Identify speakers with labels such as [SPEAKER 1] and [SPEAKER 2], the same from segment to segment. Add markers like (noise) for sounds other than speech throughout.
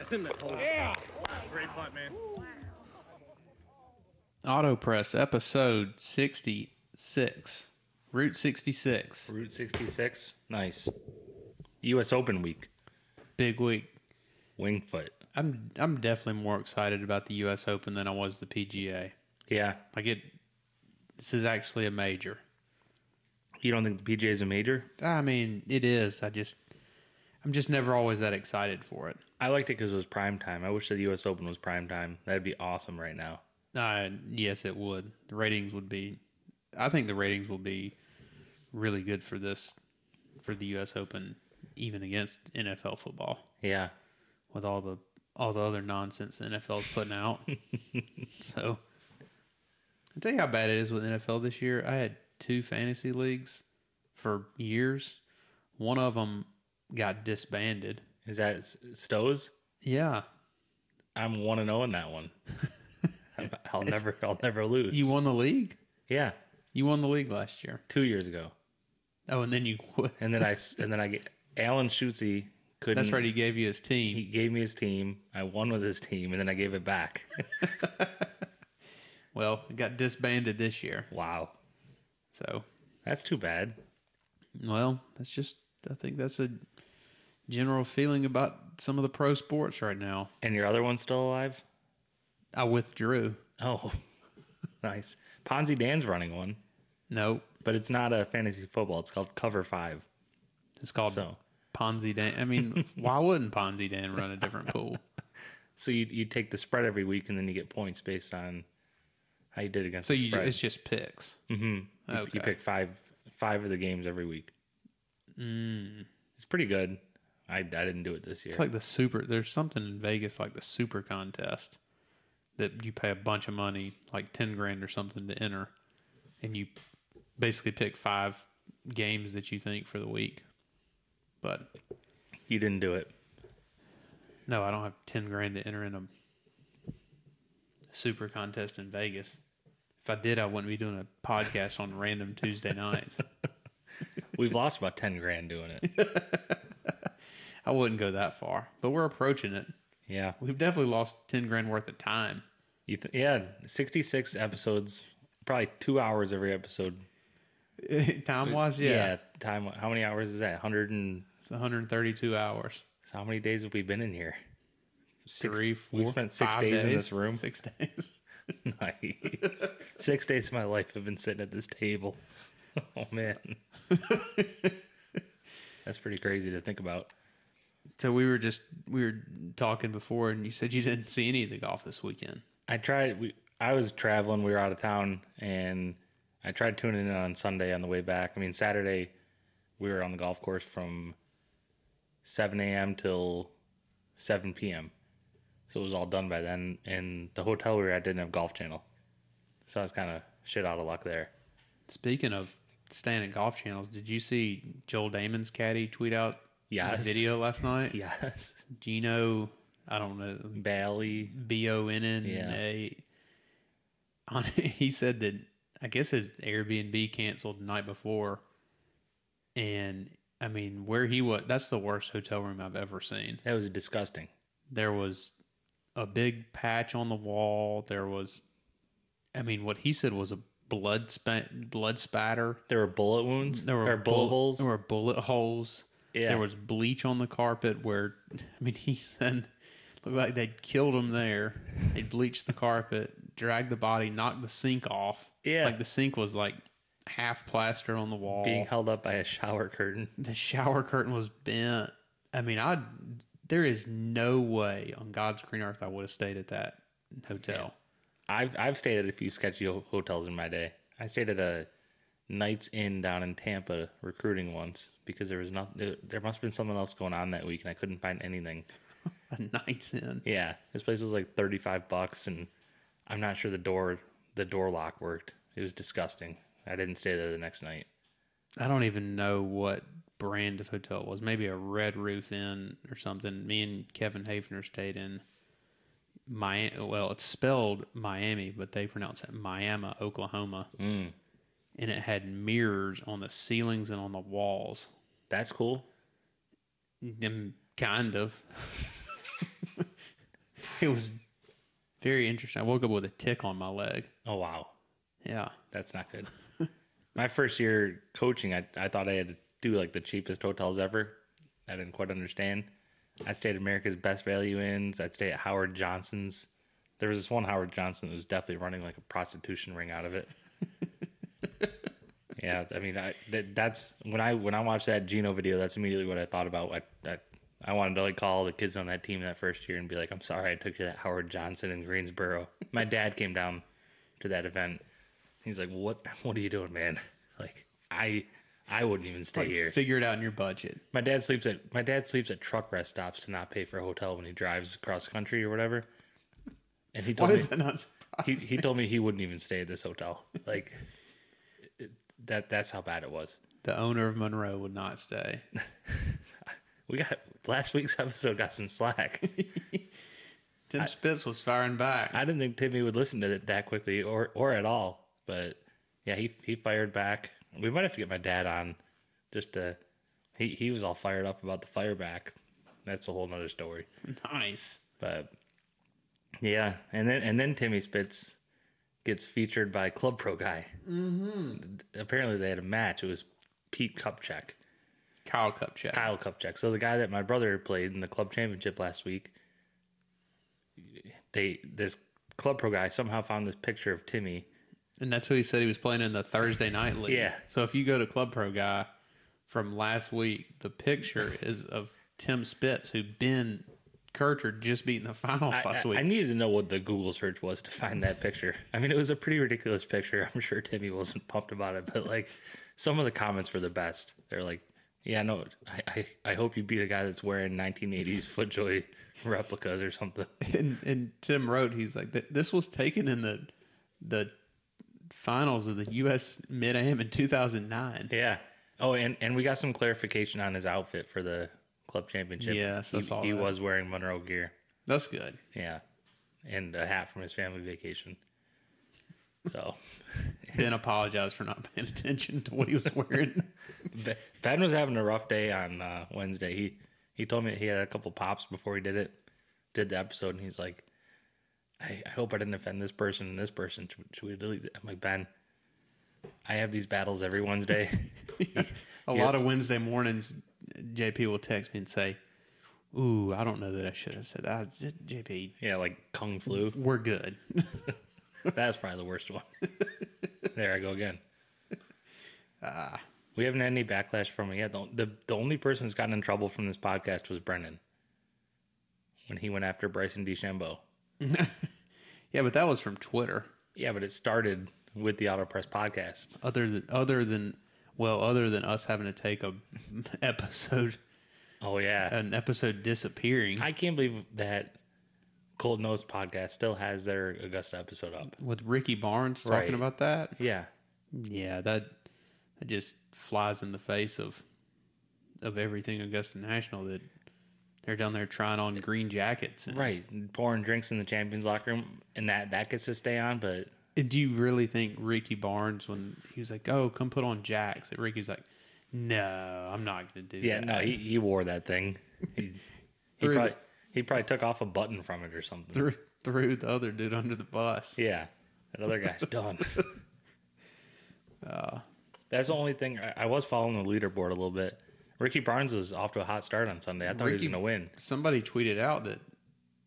[SPEAKER 1] It's in the hole. Yeah. Great punt, man.
[SPEAKER 2] Auto Press episode 66. Route 66.
[SPEAKER 3] Route 66. Nice. U.S. Open week.
[SPEAKER 2] Big week.
[SPEAKER 3] Wingfoot.
[SPEAKER 2] I'm I'm definitely more excited about the US Open than I was the PGA.
[SPEAKER 3] Yeah.
[SPEAKER 2] Like it this is actually a major.
[SPEAKER 3] You don't think the PGA is a major?
[SPEAKER 2] I mean, it is. I just I'm just never always that excited for it.
[SPEAKER 3] I liked it because it was prime time. I wish the U.S. Open was prime time. That'd be awesome right now.
[SPEAKER 2] Uh, yes, it would. The ratings would be. I think the ratings will be really good for this, for the U.S. Open, even against NFL football
[SPEAKER 3] Yeah.
[SPEAKER 2] with all the all the other nonsense the NFL's putting (laughs) out. so, I tell you how bad it is with NFL this year. I had two fantasy leagues for years. One of them got disbanded.
[SPEAKER 3] Is that S- Stowe's?
[SPEAKER 2] Yeah,
[SPEAKER 3] I'm one and zero in
[SPEAKER 2] (laughs)
[SPEAKER 3] that one. I'll never. I'll never lose.
[SPEAKER 2] you won the league.
[SPEAKER 3] Yeah.
[SPEAKER 2] You won the league last year.
[SPEAKER 3] Two years ago,
[SPEAKER 2] Oh, and then you quit. (laughs)
[SPEAKER 3] and then I s- and then I get Alan Schutze couldn't.
[SPEAKER 2] That's right. He gave you his team.
[SPEAKER 3] He gave me his team. I won with his team, and then I gave it back. (laughs)
[SPEAKER 2] Well, it got disbanded this year.
[SPEAKER 3] wow,
[SPEAKER 2] So,
[SPEAKER 3] that's too bad.
[SPEAKER 2] well, that's just, I think that's a general feeling about some of the pro sports right now.
[SPEAKER 3] And your other one's still alive?
[SPEAKER 2] I withdrew.
[SPEAKER 3] Oh, (laughs) nice. Ponzi Dan's running one,
[SPEAKER 2] Nope.
[SPEAKER 3] but it's not a fantasy football. It's called Cover Five.
[SPEAKER 2] It's called
[SPEAKER 3] So,
[SPEAKER 2] Ponzi Dan. I (laughs) mean, why wouldn't Ponzi Dan run a different pool?
[SPEAKER 3] so you you take the spread every week, and then you get points based on how you did against.
[SPEAKER 2] So
[SPEAKER 3] the
[SPEAKER 2] you, (laughs)
[SPEAKER 3] spread.
[SPEAKER 2] it's just picks.
[SPEAKER 3] Mm-hmm. You,
[SPEAKER 2] Okay.
[SPEAKER 3] you pick five five of the games every week. It's pretty good. I, I didn't do it this year.
[SPEAKER 2] Mm. It's like the super, there's something in Vegas like the super contest that you pay a bunch of money, like 10 grand or something to enter. And you basically pick five games that you think for the week. But
[SPEAKER 3] you didn't do it.
[SPEAKER 2] No, I don't have ten grand to enter in a super contest in Vegas. If I did, I wouldn't be doing a podcast on random Tuesday nights.
[SPEAKER 3] We've lost about ten grand
[SPEAKER 2] (laughs)
[SPEAKER 3] doing it.
[SPEAKER 2] I wouldn't go that far, but we're approaching it.
[SPEAKER 3] Yeah,
[SPEAKER 2] We've definitely lost ten grand worth of time. (laughs)
[SPEAKER 3] you th- yeah. Sixty six episodes, probably two hours every episode.
[SPEAKER 2] time wise, yeah,
[SPEAKER 3] Time. How many hours is that? Hundred and
[SPEAKER 2] it's 132 hours.
[SPEAKER 3] so how many days have we been in here? (laughs) Six-
[SPEAKER 2] Three, four,
[SPEAKER 3] We've spent six
[SPEAKER 2] five
[SPEAKER 3] days in this room.
[SPEAKER 2] Six (laughs) days.
[SPEAKER 3] Nice. six days of my life have been sitting at this table. (laughs) Oh man, that's pretty crazy to think about.
[SPEAKER 2] So we were just we were talking before, and you said you didn't see any of the golf this weekend.
[SPEAKER 3] I tried. We, I was traveling. We were out of town, and I tried tuning in on Sunday on the way back. I mean, Saturday we were on the golf course from 7 a.m. till 7 p.m. So it was all done by then. And the hotel we were at didn't have Golf Channel, so I was kind of shit out of luck there.
[SPEAKER 2] Speaking of staying at golf channels, did you see Joel Damon's caddy tweet out
[SPEAKER 3] Yes.
[SPEAKER 2] the video last night?
[SPEAKER 3] Yes, (laughs)
[SPEAKER 2] Gino, I don't know,
[SPEAKER 3] Bally.
[SPEAKER 2] B O N N A. On (laughs) he said that I guess his Airbnb canceled the night before, and I mean where he was. That's the worst hotel room I've ever seen.
[SPEAKER 3] That was disgusting.
[SPEAKER 2] There was a big patch on the wall. There was, I mean, what he said was a blood spat, blood spatter.
[SPEAKER 3] There were bullet wounds.
[SPEAKER 2] There were
[SPEAKER 3] or bullet
[SPEAKER 2] bull-
[SPEAKER 3] holes.
[SPEAKER 2] There were bullet holes.
[SPEAKER 3] Yeah.
[SPEAKER 2] There was bleach on the carpet where, (laughs) I mean, he said, looked like they'd killed him there. They'd bleached the carpet, dragged the body, knocked the sink off.
[SPEAKER 3] Yeah.
[SPEAKER 2] Like the sink was like half plastered on the wall.
[SPEAKER 3] being held up by a shower curtain.
[SPEAKER 2] the shower curtain was bent. I mean, I, there is no way on God's green earth I would have stayed at that hotel.
[SPEAKER 3] I've I've stayed at a few sketchy ho- hotels in my day. I stayed at a Knights Inn down in Tampa recruiting once because there was not there, there must have been something else going on that week and I couldn't find anything.
[SPEAKER 2] A night's in.
[SPEAKER 3] Yeah, this place was like 35 bucks and I'm not sure the door the door lock worked. It was disgusting. I didn't stay there the next night.
[SPEAKER 2] I don't even know what brand of hotel it was. Maybe a Red Roof Inn or something. Me and Kevin Hafner stayed in Miami. Well, it's spelled Miami, but they pronounce it Miami, Oklahoma.
[SPEAKER 3] Mm.
[SPEAKER 2] And it had mirrors on the ceilings and on the walls.
[SPEAKER 3] That's cool.
[SPEAKER 2] Them kind of. (laughs) It was very interesting. I woke up with a tick on my leg.
[SPEAKER 3] Oh wow,
[SPEAKER 2] Yeah.
[SPEAKER 3] that's not good. (laughs) My first year coaching, I, I thought I had to do like the cheapest hotels ever. I didn't quite understand. I stayed at America's Best Value Inns. I'd stay at Howard Johnson's. There was this one Howard Johnson that was definitely running like a prostitution ring out of it. yeah, I mean, I, that, that's when I when I watched that Gino video. That's immediately what I thought about. I, I I wanted to like call the kids on that team that first year and be like, "I'm sorry, I took you to that Howard Johnson in Greensboro. My dad came down to that event. He's like, "What? What are you doing, man? (laughs) Like, I, I wouldn't even stay
[SPEAKER 2] Like,
[SPEAKER 3] here.
[SPEAKER 2] figure it out in your budget.
[SPEAKER 3] My dad sleeps at my dad sleeps at truck rest stops to not pay for a hotel when he drives across the country or whatever. And he
[SPEAKER 2] Why
[SPEAKER 3] told me
[SPEAKER 2] does that not
[SPEAKER 3] he,
[SPEAKER 2] surprise
[SPEAKER 3] he told me he wouldn't even stay at this hotel. Like, it, that that's how bad it was.
[SPEAKER 2] The owner of Monroe would not stay.
[SPEAKER 3] We got last week's (laughs) episode got some slack.
[SPEAKER 2] Tim Spitz was firing back.
[SPEAKER 3] I didn't think Timmy would listen to it that quickly or or at all. But yeah, he he fired back. We might have to get my dad on just to he, he was all fired up about the fire back. That's a whole nother story.
[SPEAKER 2] nice.
[SPEAKER 3] But yeah, and then and then Timmy Spitz gets featured by Club Pro Guy. Mm-hmm. Apparently they had a match. It was Pete Kupchak.
[SPEAKER 2] Kyle Kupchak.
[SPEAKER 3] Kyle Kupchak. So the guy that my brother played in the club championship last week, they this club pro guy somehow found this picture of Timmy.
[SPEAKER 2] And that's who he said he was playing in the Thursday night league.
[SPEAKER 3] Yeah.
[SPEAKER 2] So if you go to Club Pro Guy from last week, the picture is of Tim Spitz, who Ben Kircher just beat in the finals
[SPEAKER 3] I,
[SPEAKER 2] last
[SPEAKER 3] I-
[SPEAKER 2] week.
[SPEAKER 3] I needed to know what the Google search was to find that picture. I mean, it was a pretty ridiculous picture. I'm sure Timmy wasn't pumped about it, but like some of the comments were the best. They're like, "Yeah, no, I, I, I hope you beat a guy that's wearing 1980s FootJoy replicas or something."
[SPEAKER 2] (laughs) and, and Tim wrote, he's like, "Th- this was taken in the the finals of the U.S. Mid Am in 2009.
[SPEAKER 3] Yeah. Oh, and, and we got some clarification on his outfit for the club championship.
[SPEAKER 2] Yes, I
[SPEAKER 3] he,
[SPEAKER 2] saw
[SPEAKER 3] he
[SPEAKER 2] that.
[SPEAKER 3] was wearing Monroe gear.
[SPEAKER 2] That's good.
[SPEAKER 3] Yeah, and a hat from his family vacation. So (laughs)
[SPEAKER 2] Ben apologized for not paying attention to what he was
[SPEAKER 3] (laughs)
[SPEAKER 2] wearing.
[SPEAKER 3] Be- Ben was having a rough day on uh, Wednesday. He he told me he had a couple pops before he did it, did the episode, and he's like, I, I hope I didn't offend this person and this person. Should, should we delete it? I'm like Ben. I have these battles every Wednesday. (laughs)
[SPEAKER 2] A lot of Wednesday mornings, JP will text me and say, Ooh, I don't know that I should have said that. JP,
[SPEAKER 3] yeah, like kung flu.
[SPEAKER 2] we're good. (laughs)
[SPEAKER 3] That's probably the worst one. (laughs) there I go again. we haven't had any backlash from it yet. The, the, the only person that's gotten in trouble from this podcast was Brendan when he went after Bryson DeChambeau.
[SPEAKER 2] yeah, but that was from Twitter.
[SPEAKER 3] Yeah, but it started with the Auto Press podcast.
[SPEAKER 2] Other than other than well, other than us having to take a (laughs) episode
[SPEAKER 3] Oh, yeah.
[SPEAKER 2] an episode disappearing
[SPEAKER 3] I can't believe that Cold Nose podcast still has their Augusta episode up.
[SPEAKER 2] with Ricky Barnes talking
[SPEAKER 3] Right.
[SPEAKER 2] about that.
[SPEAKER 3] Yeah.
[SPEAKER 2] Yeah, that that just flies in the face of of everything Augusta National that they're down there trying on green jackets. And
[SPEAKER 3] Right. Pouring drinks in the Champions locker room, and that, that gets to stay on, but
[SPEAKER 2] And do you really think Ricky Barnes, when he was like, "Oh, come put on jacks," that Ricky's like, "No, I'm not going to do
[SPEAKER 3] Yeah,
[SPEAKER 2] that."
[SPEAKER 3] no, he, he wore that thing.
[SPEAKER 2] (laughs)
[SPEAKER 3] He, he,
[SPEAKER 2] Through
[SPEAKER 3] probably,
[SPEAKER 2] the-
[SPEAKER 3] he probably took off a button from it or
[SPEAKER 2] (laughs)
[SPEAKER 3] something.
[SPEAKER 2] threw, threw the other dude under the bus.
[SPEAKER 3] yeah, that other guy's
[SPEAKER 2] (laughs)
[SPEAKER 3] done.
[SPEAKER 2] Uh.
[SPEAKER 3] That's the only thing. I, I was following the leaderboard a little bit. Ricky Barnes was off to a hot start on Sunday. I thought he
[SPEAKER 2] Ricky-
[SPEAKER 3] was going to win.
[SPEAKER 2] Somebody tweeted out that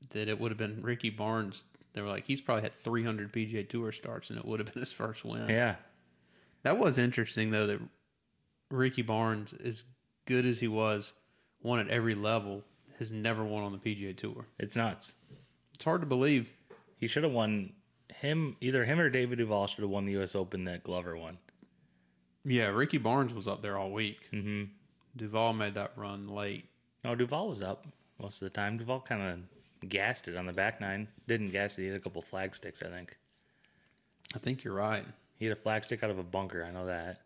[SPEAKER 2] that it would have been Ricky Barnes. They were like, he's probably had 300 PGA Tour starts, and it would have been his first win.
[SPEAKER 3] Yeah,
[SPEAKER 2] That was interesting though that Ricky Barnes, as good as he was, won at every level, has never won on the PGA Tour.
[SPEAKER 3] it's nuts.
[SPEAKER 2] It's hard to believe.
[SPEAKER 3] He should have won. Him either him or David Duval should have won the U.S. Open that Glover won.
[SPEAKER 2] Yeah, Ricky Barnes was up there all week. Mm-hmm. Duval made that run late.
[SPEAKER 3] No, Duval was up most of the time. Duval kind of gassed it on the back nine. Didn't gas it. He had a couple flag sticks, I think.
[SPEAKER 2] I think you're right.
[SPEAKER 3] He had a flag stick out of a bunker. I know that.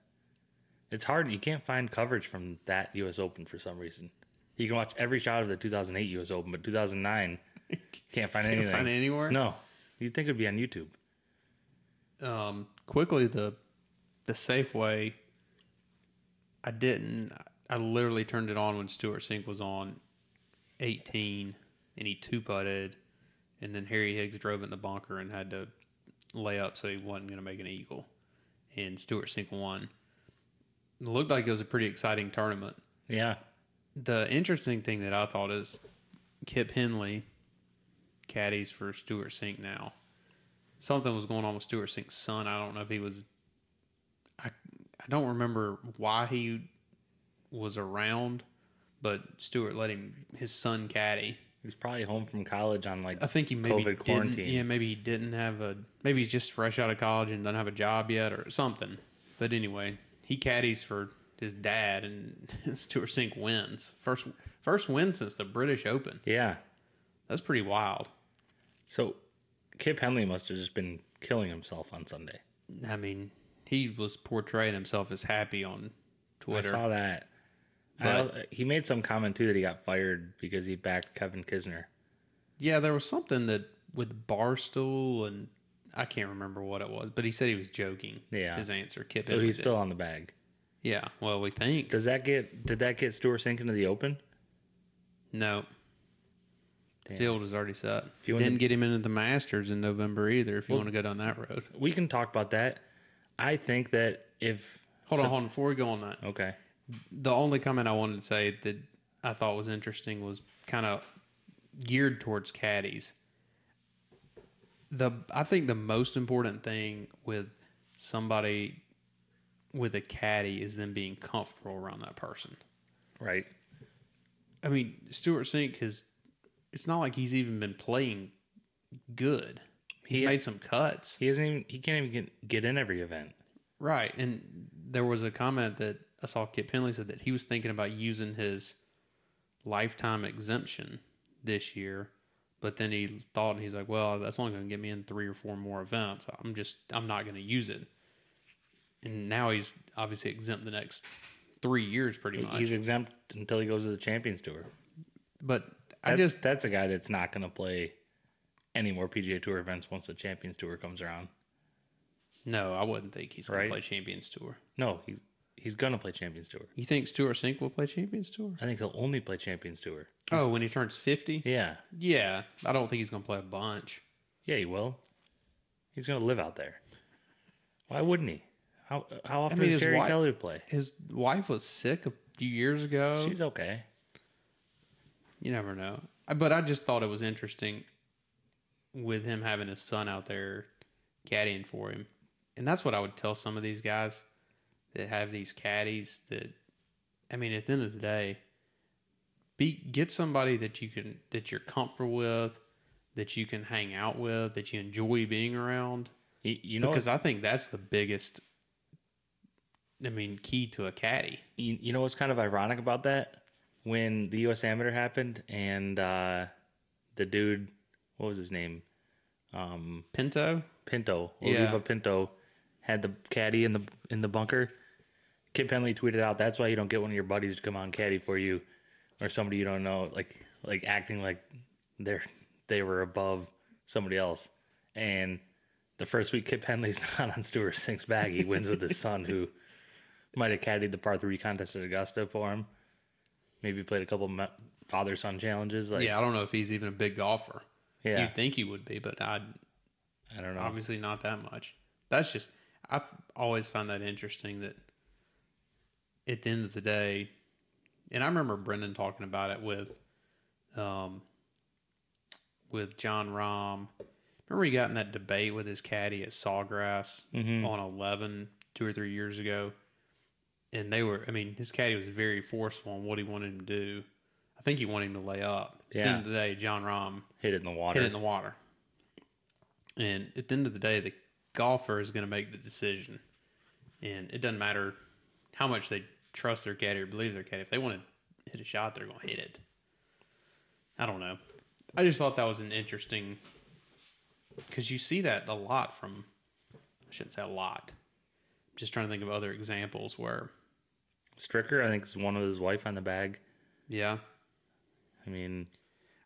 [SPEAKER 3] It's hard. You can't find coverage from that U.S. Open for some reason. You can watch every shot of the 2008 U.S. Open,
[SPEAKER 2] (laughs)
[SPEAKER 3] but 2009 can't find
[SPEAKER 2] Can't
[SPEAKER 3] anything.
[SPEAKER 2] find it anywhere.
[SPEAKER 3] No, you'd think it'd be on YouTube.
[SPEAKER 2] Um, quickly the the Safeway. I didn't. I literally turned it on when Stuart Sink was on 18, and he two putted, and then Harry Higgs drove in the bunker and had to lay up, so he wasn't going to make an eagle. And Stuart Sink won. It looked like it was a pretty exciting tournament.
[SPEAKER 3] Yeah.
[SPEAKER 2] The interesting thing that I thought is Kip Henley caddies for Stuart Sink now. Something was going on with Stuart Sink's son. I don't know if he was. I I don't remember why he was around, but Stuart let him his son caddy.
[SPEAKER 3] He's probably home from college on like
[SPEAKER 2] I think he maybe
[SPEAKER 3] COVID
[SPEAKER 2] didn't-
[SPEAKER 3] quarantine.
[SPEAKER 2] Yeah, maybe he didn't have a. Maybe he's just fresh out of college and doesn't have a job yet or something. But anyway, he caddies for his dad, and (laughs) Stuart Sink wins first first win since the British Open.
[SPEAKER 3] yeah.
[SPEAKER 2] That's pretty wild.
[SPEAKER 3] So Kip Henley must have just been killing himself on Sunday.
[SPEAKER 2] I mean, he was portraying himself as happy on
[SPEAKER 3] I
[SPEAKER 2] Twitter.
[SPEAKER 3] saw that. I
[SPEAKER 2] But-
[SPEAKER 3] al- he made some comment too that he got fired because he backed Kevin Kisner.
[SPEAKER 2] Yeah, there was something that with Barstool and I can't remember what it was, but he said he was joking.
[SPEAKER 3] Yeah.
[SPEAKER 2] his answer. Kip
[SPEAKER 3] So
[SPEAKER 2] Henley
[SPEAKER 3] he's
[SPEAKER 2] did.
[SPEAKER 3] still on the bag.
[SPEAKER 2] Yeah, well, we think
[SPEAKER 3] Does that get did that get Stuart Sink into the open?
[SPEAKER 2] no. Field is already set.
[SPEAKER 3] you want
[SPEAKER 2] Didn't
[SPEAKER 3] to-
[SPEAKER 2] get him into the Masters in November either. If you want to go down that road,
[SPEAKER 3] We can talk about that. I think that if
[SPEAKER 2] hold on, hold on. Before we go on that,
[SPEAKER 3] okay,
[SPEAKER 2] the only comment I wanted to say that I thought was interesting was kind of geared towards caddies. The I think the most important thing with somebody with a caddy is them being comfortable around that person.
[SPEAKER 3] right?
[SPEAKER 2] I mean, Stuart Sink has it's not like he's even been playing good. He's
[SPEAKER 3] He-
[SPEAKER 2] made some cuts.
[SPEAKER 3] He isn't even he can't even get, get in every event.
[SPEAKER 2] Right. And there was a comment that I saw Kip Henley said that he was thinking about using his lifetime exemption this year, but then he thought and he's like, Well, that's only gonna get me in three or four more events. I'm just I'm not gonna use it. And now he's obviously exempt the next three years pretty much.
[SPEAKER 3] He's exempt until he goes to the Champions Tour.
[SPEAKER 2] but I
[SPEAKER 3] That-
[SPEAKER 2] just
[SPEAKER 3] that's a guy that's not going to play any more PGA Tour events once the Champions Tour comes around.
[SPEAKER 2] no, I wouldn't think he's gonna
[SPEAKER 3] Right.
[SPEAKER 2] play Champions Tour.
[SPEAKER 3] No, he's he's going to play Champions Tour.
[SPEAKER 2] You think Stuart Sink will play Champions Tour?
[SPEAKER 3] I think he'll only play Champions Tour.
[SPEAKER 2] Oh, when he turns fifty?
[SPEAKER 3] Yeah,
[SPEAKER 2] Yeah. I don't think he's gonna play a bunch.
[SPEAKER 3] yeah, he will. He's going to live out there. Why wouldn't he? How how often
[SPEAKER 2] mean,
[SPEAKER 3] does
[SPEAKER 2] his
[SPEAKER 3] Jerry
[SPEAKER 2] wife-
[SPEAKER 3] Kelly play?
[SPEAKER 2] his wife was sick a few years ago.
[SPEAKER 3] She's okay.
[SPEAKER 2] you never know. I- But I just thought it was interesting with him having his son out there caddying for him. And that's what I would tell some of these guys that have these caddies that I mean at the end of the day be get somebody that you can that you're comfortable with, that you can hang out with, that you enjoy being around
[SPEAKER 3] You, you know, what-
[SPEAKER 2] because I think that's the biggest I mean key to a caddy.
[SPEAKER 3] you, you know what's kind of ironic about that when the U.S. Amateur happened and uh, the dude, what was his name? Um,
[SPEAKER 2] Pinto?
[SPEAKER 3] Pinto,
[SPEAKER 2] Yeah.
[SPEAKER 3] Oliva Pinto, had the caddy in the in the bunker. Kip Henley tweeted out, "That's why you don't get one of your buddies to come on caddy for you, or somebody you don't know, like like acting like they're they were above somebody else." And the first week, Kip Henley's (laughs) not on Stuart Sink's bag. He wins with his son, who might have caddied the par three contest at Augusta for him. Maybe played a couple father son challenges. Like,
[SPEAKER 2] yeah, I don't know if he's even a big golfer.
[SPEAKER 3] Yeah.
[SPEAKER 2] You'd think he would be, but I
[SPEAKER 3] I don't know.
[SPEAKER 2] obviously not that much. That's just I've always found that interesting that at the end of the day, and I remember Brendan talking about it with um with John Rahm. Remember he got in that debate with his caddy at Sawgrass
[SPEAKER 3] Mm-hmm.
[SPEAKER 2] on eleven two or three years ago. And they were I mean, his caddy was very forceful on what he wanted him to do. I think he wanted him to lay up. At the
[SPEAKER 3] Yeah.
[SPEAKER 2] end of the day, John Rahm
[SPEAKER 3] Hit it in the water.
[SPEAKER 2] hit it in the water. And at the end of the day, the golfer is going to make the decision. And it doesn't matter how much they trust their caddy or believe their caddy. If they want to hit a shot, they're going to hit it. I don't know. I just thought that was an interesting because you see that a lot from. I shouldn't say a lot. I'm just trying to think of other examples where,
[SPEAKER 3] Stricker, I think, is one of his wife on the bag.
[SPEAKER 2] yeah,
[SPEAKER 3] I mean,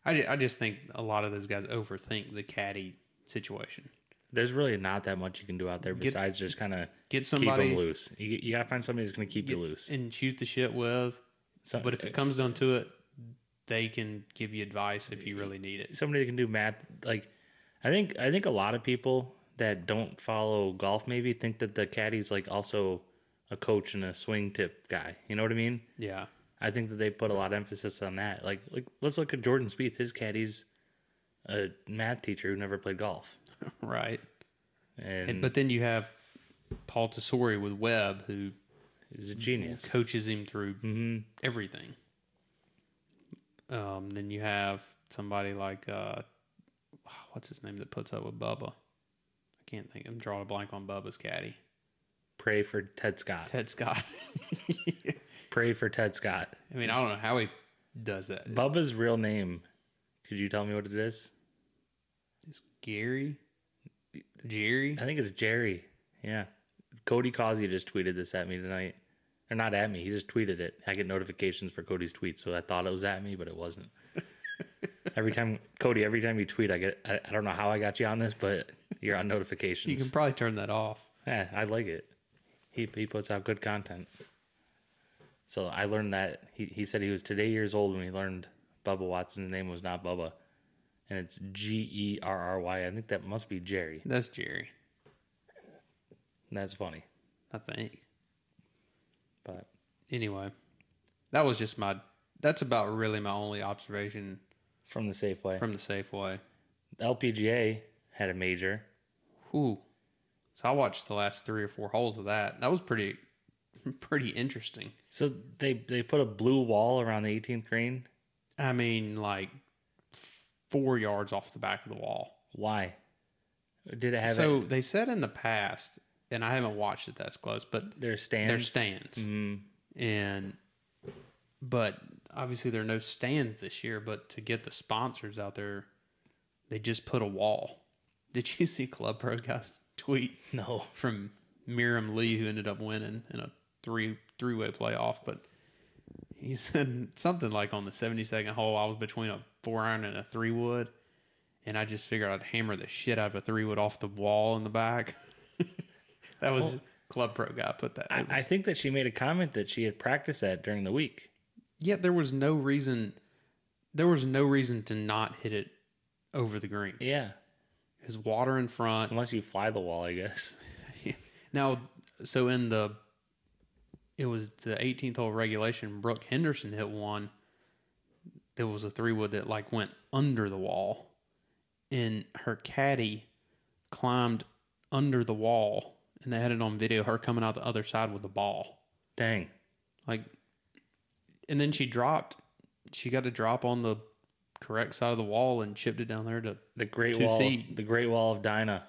[SPEAKER 2] I ju- I just think a lot of those guys overthink the caddy situation.
[SPEAKER 3] there's really not that much you can do out there besides just kind of
[SPEAKER 2] Get
[SPEAKER 3] keep
[SPEAKER 2] somebody
[SPEAKER 3] them loose. You, you gotta find somebody that's gonna keep you loose.
[SPEAKER 2] and shoot the shit with.
[SPEAKER 3] So-
[SPEAKER 2] But if it comes down to it, they can give you advice if you really need it.
[SPEAKER 3] somebody that can do math like i think i think a lot of people that don't follow golf maybe think that the caddy's like also a coach and a swing tip guy you know what i mean
[SPEAKER 2] Yeah.
[SPEAKER 3] i think that they put a lot of emphasis on that like like let's look at jordan Spieth his caddy's a math teacher who never played golf
[SPEAKER 2] (laughs) Right.
[SPEAKER 3] and,
[SPEAKER 2] And, but then you have Paul Tesori with Webb who
[SPEAKER 3] is a genius
[SPEAKER 2] (laughs) coaches him through
[SPEAKER 3] hmm
[SPEAKER 2] everything. Um, then you have somebody like uh, what's his name that puts up with Bubba? I can't think. I'm drawing a blank on Bubba's caddy.
[SPEAKER 3] pray for ted scott
[SPEAKER 2] Ted Scott. (laughs)
[SPEAKER 3] pray for ted scott
[SPEAKER 2] I mean, I don't know how he does that.
[SPEAKER 3] bubba's real name could you tell me what it is
[SPEAKER 2] Is Gary? Jerry?
[SPEAKER 3] I think it's Jerry. Yeah. Cody Causey just tweeted this at me tonight. Or not at me. He just tweeted it. I get notifications for Cody's tweets, so I thought it was at me, but
[SPEAKER 2] (laughs)
[SPEAKER 3] it wasn't. every time Cody, every time you tweet, I get I, I don't know how I got you on this, but you're on
[SPEAKER 2] You
[SPEAKER 3] notifications.
[SPEAKER 2] can probably turn that off.
[SPEAKER 3] yeah, I like it. He he puts out good content. So I learned that he, he said he was today years old when he learned Bubba Watson's name was not Bubba. And it's G E R R Y. I think that must be Jerry.
[SPEAKER 2] That's Jerry,
[SPEAKER 3] That's funny.
[SPEAKER 2] I think.
[SPEAKER 3] But
[SPEAKER 2] Anyway, that was just my. That's about really my only observation
[SPEAKER 3] from the Safeway.
[SPEAKER 2] from the Safeway.
[SPEAKER 3] LPGA had a major.
[SPEAKER 2] Ooh. So I watched the last three or four holes of that. That was pretty, (laughs) pretty interesting.
[SPEAKER 3] So they they put a blue wall around the 18th green.
[SPEAKER 2] I mean, like four yards off the back of the wall.
[SPEAKER 3] Why? Did it have
[SPEAKER 2] so
[SPEAKER 3] so,
[SPEAKER 2] they said in the past, and I haven't watched it that's close, but
[SPEAKER 3] their stands?
[SPEAKER 2] they're stands.
[SPEAKER 3] Mm,
[SPEAKER 2] and but obviously there are no stands this year but to get the sponsors out there they just put a wall (laughs) did you see club pro guys tweet
[SPEAKER 3] no.
[SPEAKER 2] from Miriam Lee who ended up winning in a three three way playoff but he said something like on the 72nd hole I was between a four iron and a three wood and I just figured I'd hammer the shit out of a three wood off the wall in the back (laughs) that was club pro guy put that
[SPEAKER 3] I,
[SPEAKER 2] It was-
[SPEAKER 3] I think that she made a comment that she had practiced that during the week.
[SPEAKER 2] yet there was no reason there was no reason to not hit it over the green
[SPEAKER 3] Yeah.
[SPEAKER 2] his water in front
[SPEAKER 3] Unless you fly the wall, I guess.
[SPEAKER 2] now so in the it was the 18th hole regulation brooke henderson hit one there was a three wood that like went under the wall and her caddy climbed under the wall and they had it on video her coming out the other side with the ball
[SPEAKER 3] Dang.
[SPEAKER 2] Like, and then she dropped. She got a drop on the correct side of the wall and chipped it down there to.
[SPEAKER 3] The Great
[SPEAKER 2] Two
[SPEAKER 3] Wall.
[SPEAKER 2] feet.
[SPEAKER 3] The Great Wall of Dinah.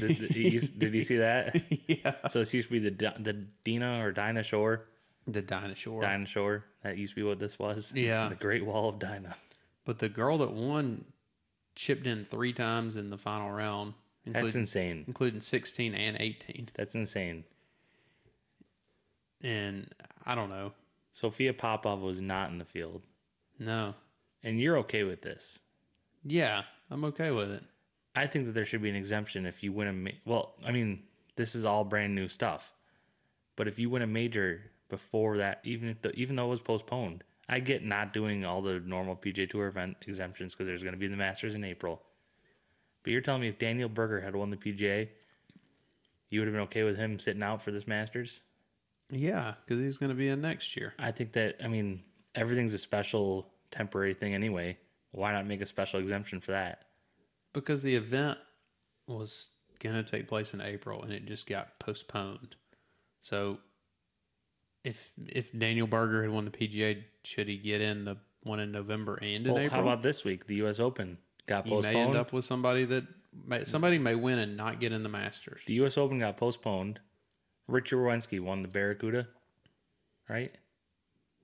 [SPEAKER 3] Did, did, you, did you see that?
[SPEAKER 2] (laughs) yeah.
[SPEAKER 3] So this used to be the Di- the Dina or Dinah Shore.
[SPEAKER 2] The dinosaur.
[SPEAKER 3] Dinah Shore. That used to be what this was.
[SPEAKER 2] (laughs) Yeah.
[SPEAKER 3] The Great Wall of Dinah.
[SPEAKER 2] but the girl that won chipped in three times in the final round,
[SPEAKER 3] That's
[SPEAKER 2] including,
[SPEAKER 3] insane.
[SPEAKER 2] including 16 and 18.
[SPEAKER 3] That's insane.
[SPEAKER 2] And I don't know.
[SPEAKER 3] Sophia Popov was not in the field,
[SPEAKER 2] No.
[SPEAKER 3] and you're okay with this.
[SPEAKER 2] Yeah. I'm okay with it.
[SPEAKER 3] I think that there should be an exemption if you win a ma- well. I mean, this is all brand new stuff, but if you win a major before that, even if the, even though it was postponed, I get not doing all the normal PJ Tour event exemptions because there's going to be the Masters in April. But you're telling me if Daniel Berger had won the PGA, you would have been okay with him sitting out for this Masters?
[SPEAKER 2] Yeah. Because he's going to be in next year.
[SPEAKER 3] I think that I mean everything's a special temporary thing anyway. Why not make a special exemption for that?
[SPEAKER 2] Because the event was going to take place in April and it just got postponed. So if if Daniel Berger had won the PGA, should he get in the one in November and in
[SPEAKER 3] Well, how
[SPEAKER 2] April?
[SPEAKER 3] about this week? The U.S. Open got
[SPEAKER 2] you may end
[SPEAKER 3] postponed.
[SPEAKER 2] up with somebody that may, somebody may win and not get in the Masters.
[SPEAKER 3] the U.S. Open got postponed. Richard Wensky won the Barracuda, right?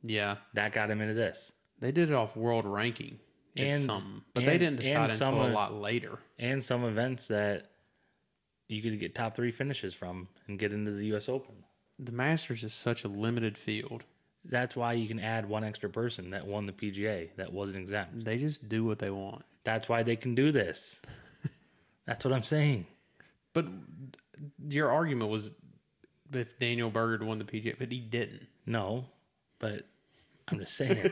[SPEAKER 2] Yeah,
[SPEAKER 3] That got him into this.
[SPEAKER 2] they did it off world ranking. And,
[SPEAKER 3] And-
[SPEAKER 2] some, but
[SPEAKER 3] and-
[SPEAKER 2] they didn't
[SPEAKER 3] and
[SPEAKER 2] decide until
[SPEAKER 3] some
[SPEAKER 2] a
[SPEAKER 3] are-
[SPEAKER 2] lot later.
[SPEAKER 3] and some events that you could get top three finishes from and get into the U.S. Open.
[SPEAKER 2] The Masters is such a limited field.
[SPEAKER 3] That's why you can add one extra person that won the PGA that wasn't exempt.
[SPEAKER 2] They just do what they want.
[SPEAKER 3] That's why they can do this. That's what I'm saying.
[SPEAKER 2] But your argument was if Daniel Berger had won the PGA, but he didn't.
[SPEAKER 3] No, but I'm just saying.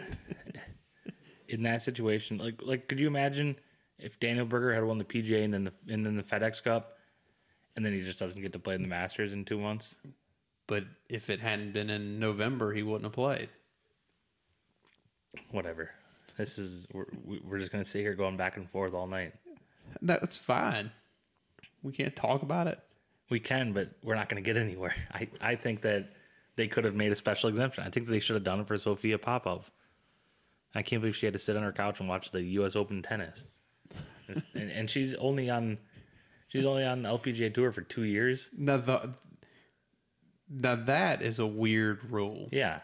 [SPEAKER 3] in that situation, like like could you imagine if Daniel Berger had won the PGA and then the and then the FedEx Cup, and then he just doesn't get to play in the Masters in two months?
[SPEAKER 2] But if it hadn't been in November, he wouldn't have played.
[SPEAKER 3] Whatever. This is we're we- we're just gonna sit here going back and forth all night.
[SPEAKER 2] That's fine. We can't talk about it.
[SPEAKER 3] We can, but we're not gonna get anywhere. (laughs) I I think that they could have made a special exemption. I think they should have done it for Sophia Popov. I can't believe she had to sit on her couch and watch the U.S. Open tennis, It's- (laughs) and, and she's only on she's only on the LPGA tour for two years.
[SPEAKER 2] Now, the, now that is a weird rule
[SPEAKER 3] Yeah,